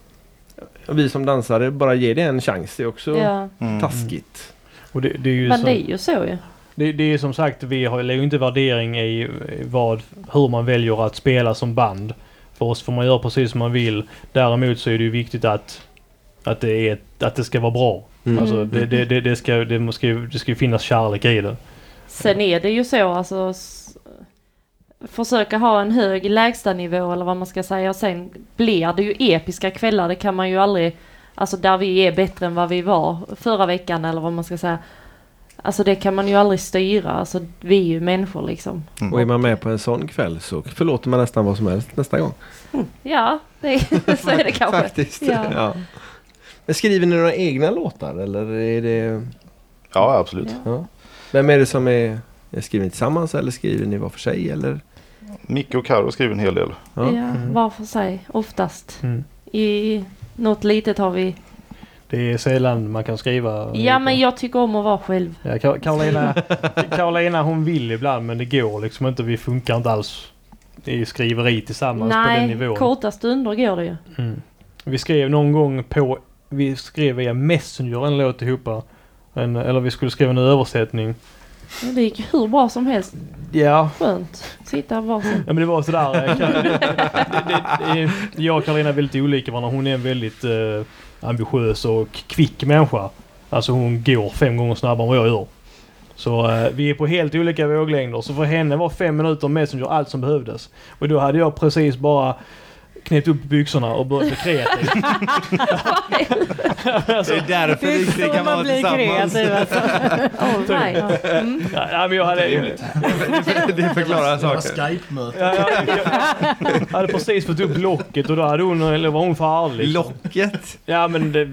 vi som dansare bara ger det en chans. Det är också Ja. Mm. taskigt. Och det, det är ju Men så- det är ju så ju. Det, det är som sagt, vi har lägger ju inte värdering i vad, hur man väljer att spela som band. För oss får man göra precis som man vill. Däremot så är det ju viktigt att, att, det, är, ett- att det ska vara bra. Mm. Alltså, det, det, det, det, ska, det, måste, ju- det ska ju finnas kärlek i det. Sen är det ju så alltså s- försöka ha en hög lägstanivå eller vad man ska säga och sen blir det ju episka kvällar. Det kan man ju aldrig, alltså där vi är bättre än vad vi var förra veckan eller vad man ska säga. Alltså det kan man ju aldrig styra. Alltså vi är ju människor liksom. Och är man med på en sån kväll så förlåter man nästan vad som helst nästa gång. Ja, det, så är [laughs] det kanske. Faktiskt. [laughs] Ja. Ja. Men skriver ni några egna låtar eller är det... Ja, absolut. Ja. Ja. Vem är det som är... är skriver ni tillsammans eller skriver ni var för sig eller? Micke och Karo skriver en hel del. Ja, var för sig oftast. Mm. I något litet har vi Det är sällan man kan skriva. Ja men jag tycker om att vara själv. Ja, Ka- Carolina, [laughs] Carolina hon vill ibland men det går liksom inte. Vi funkar inte alls i skriveri tillsammans på den Nej, nivån. korta stunder går det ju. Vi skrev någon gång på... Vi skrev via Messenger en låt ihop. eh, En, eller vi skulle skriva en översättning. Men Det gick ju hur bra som helst. Ja. Skönt. Sitta varsin. Ja men det var sådär. eh, Kar- [laughs] det, det, det, är- jag och Karolina är väldigt olika varandra. Hon är en väldigt eh, ambitiös och kvick människa. Alltså hon går fem gånger snabbare än vad jag gör. Så eh, vi är på helt olika våglängder. Så för henne var fem minuter Messenger allt som behövdes. Och då hade jag precis bara knäppt upp byxorna och börjat bli kreativ. Det är därför Det är vi så kan man vara blir tillsammans. kreativ alltså. All right. Mm. Ja, nej, men jag hade, [laughs] Det förklarar Det saker. var Skype-möte. Ja, jag, jag hade precis fått upp locket och då hade hon, eller var hon farlig. liksom. Locket. Ja men det,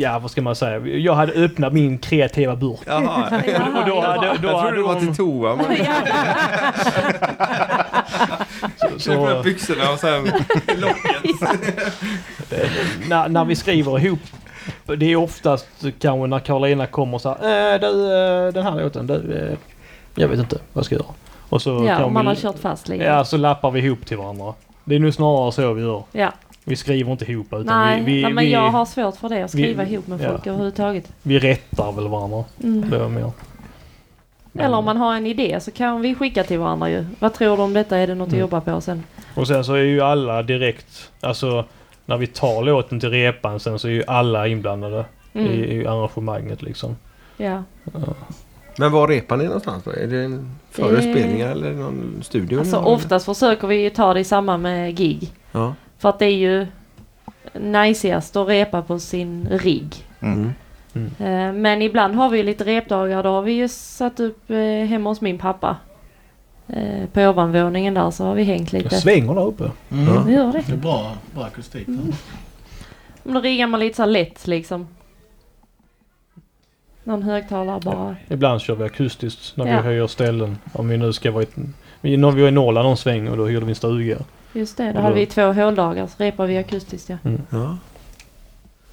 ja vad ska man säga. Jag hade öppnat min kreativa burk. Jaha. Och då hade, då Jag trodde hade det var till hon... toa. Men så- så... upp byxorna och sen locket. när, när vi skriver ihop. Det är oftast kanske när Karolina kommer så här. Äh, du, eh, den här låten, du, eh, jag vet inte vad jag ska göra. Och så Ja, kan om man vi, har kört fast lite. Ja, så lappar vi ihop till varandra. Det är nu snarare så vi gör. Ja. Vi skriver inte ihop utan Nej, vi, vi, nej, men vi, jag har svårt för det. Att skriva vi- ihop med ja. folk överhuvudtaget. vi rättar väl varandra. Mm. Det var mer. Eller om man har en idé så kan vi skicka till varandra ju. Vad tror du om detta? Är det något att Mm. jobba på sen? Och sen så är ju alla direkt, alltså när vi tar låten till repan sen så är ju alla inblandade Mm. i, i arrangemanget liksom. Ja. Men var repar ni någonstans? Då? Är det en före Det- spelningar eller någon studio? Alltså eller? oftast försöker vi ju ta det i samband med gig. Ja. För att det är ju najsigast att repa på sin rigg. Mm. Eh, Men ibland har vi ju lite repdagar. Då har vi ju satt upp eh, hemma hos min pappa. Eh, På ovanvåningen där så har vi hängt Jag lite. svänger där uppe. Mm. Vi gör det. Det är bra, bra akustik där. Men då riggar man lite så här lätt liksom. Någon högtalare bara. Ibland kör vi akustiskt när Ja. vi höjer ställen. Om vi nu ska vara i... vi- När vi var i Norrland någon sväng och då hyrde vi en stuga. Just det, då hade vi två håldagar så repade vi akustiskt ja. ja.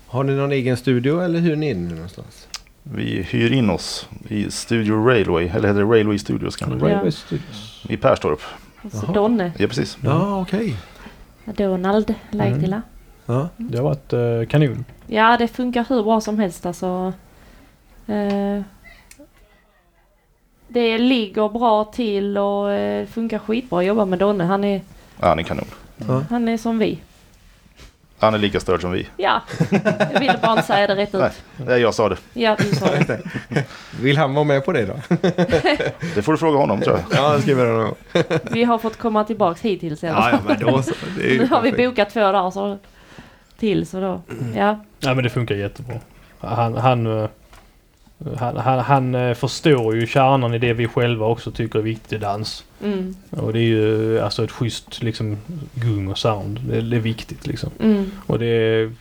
Har ni någon egen studio eller hyr ni in någonstans? Vi hyr in oss i Studio Railway, eller heter det Railway Studios kanske? Ja. typ. I Perstorp. Alltså Jaha. Donne, Ja, precis. Ja, okej. Donald Mm. Laitila. Ja. Det har varit eh, kanon. Ja, det funkar hur bra som helst alltså. Eh, det ligger bra till och eh, funkar skitbra att jobba med Donne. Han är, Ja, han är kanon. han är som vi. Han är lika störd som vi. Ja, jag ville bara inte säga det rätt Nej. ut. Nej, jag sa det. Ja, du sa det. Vill han vara med på det då? Det får du fråga honom tror [laughs] jag. Ja, han skriver det då. Vi har fått komma tillbaks hittills i alla Ja, fall. ja, men då så. Det [laughs] är ju Nu har vi perfekt. bokat två dagar så till så då. Ja, Nej men det funkar jättebra. Han, han, eh, han, han, han eh, förstår ju kärnan i det vi själva också tycker är viktig dans. mm, Och det är ju alltså ett schysst liksom gung och sound. Det, det är viktigt liksom. mm. Och det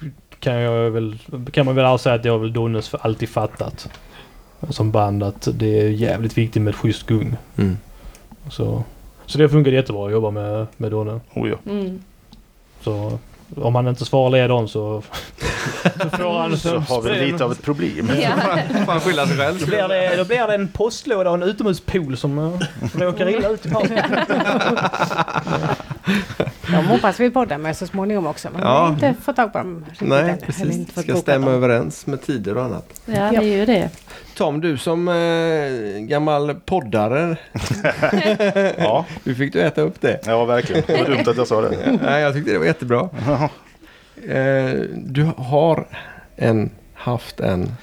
kan jag väl, kan man väl alltså säga att det har väl Donnes alltid fattat. Som band att det är jävligt viktigt med ett schysst gung. Mm. Så, så det funkar jättebra att jobba med, med Donne. Oh, ja. Mm. Så om han inte svarar ledaren [laughs] så, så får han... Så har vi lite av ett problem. Ja. Fan, fan skylla sig själv. Då [laughs] blir, det, då blir det en postlåda och en utomhuspool som uh, råkar illa ut i parken. De hoppas vi poddar med så småningom också. Men vi Ja. har inte fått tag på dem. riktigt än. Nej, Eller inte precis. fått Ska bokat stämma dem. överens med tider och annat. ja, det är ju det. Tom, du som eh, gammal poddare. [laughs] Ja, Hur fick du äta upp det? ja verkligen. Det var dumt att jag sa det. [laughs] Nej, jag tyckte det var [laughs] jättebra. Eh, du har en, haft en.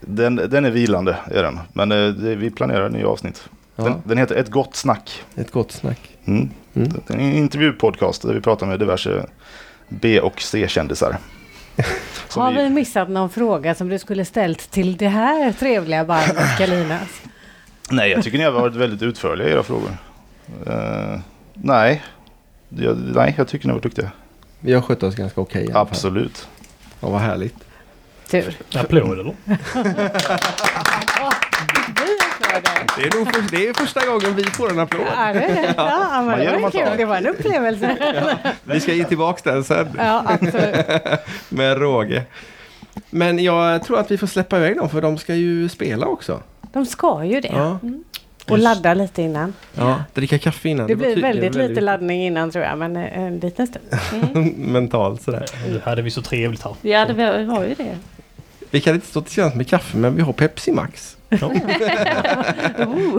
Den, den är vilande, är den. Men eh, det, vi planerar nya avsnitt. Ja, Den, den heter Ett gott snack. Ett gott snack. Mm. Mm. Det är En intervjupodcast där vi pratar med diverse B [laughs] och C-kändisar. Som Har vi- vi missat någon fråga som du skulle ställt till det här trevliga bandet Kalinas? Nej, jag tycker ni har varit väldigt utförliga i era frågor. Eh, nej. Jag, nej, jag tycker ni har varit duktiga. Vi har skött oss ganska okej. i alla fall. Absolut. Ja, vad härligt. Tur. Applåd eller? Det är, nog för, det är första gången vi får en applåd. Ja, det är det. Ja, men Man gör det vad var man tar. kul. Det var en upplevelse. [laughs] Vi ska ge tillbaka den sen Ja, absolut. med råge. Men jag tror att vi får släppa iväg dem för de ska ju spela också. De ska ju det. Ja, Och ladda lite innan. ja. dricka kaffe innan. Det var blir tydligen väldigt lite laddning innan tror jag, men eh, en liten [laughs] stund. [laughs] Mentalt sådär. Nu hade vi så trevligt här. Ja, det var, var ju det. Vi kan inte stå tillsammans med kaffe men vi har Pepsi Max. Oh.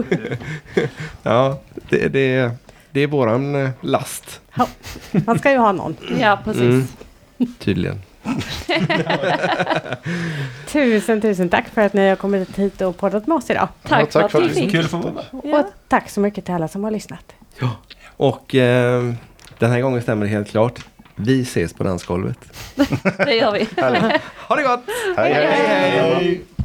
[laughs] Ja, det, det, det är våran eh, last Man ska ju ha någon. Ja, precis. Mm. tydligen. Tusen, tusen tack för att ni har kommit hit och poddat med oss idag. Tack, Ja, för att tack för du att du- fick. Kul att få vara med. Ja. Och tack så mycket till alla som har lyssnat. Och eh, den här gången stämmer det helt klart. Vi ses på dansgolvet. Det gör vi. Ha det gott! hej, hej. hej.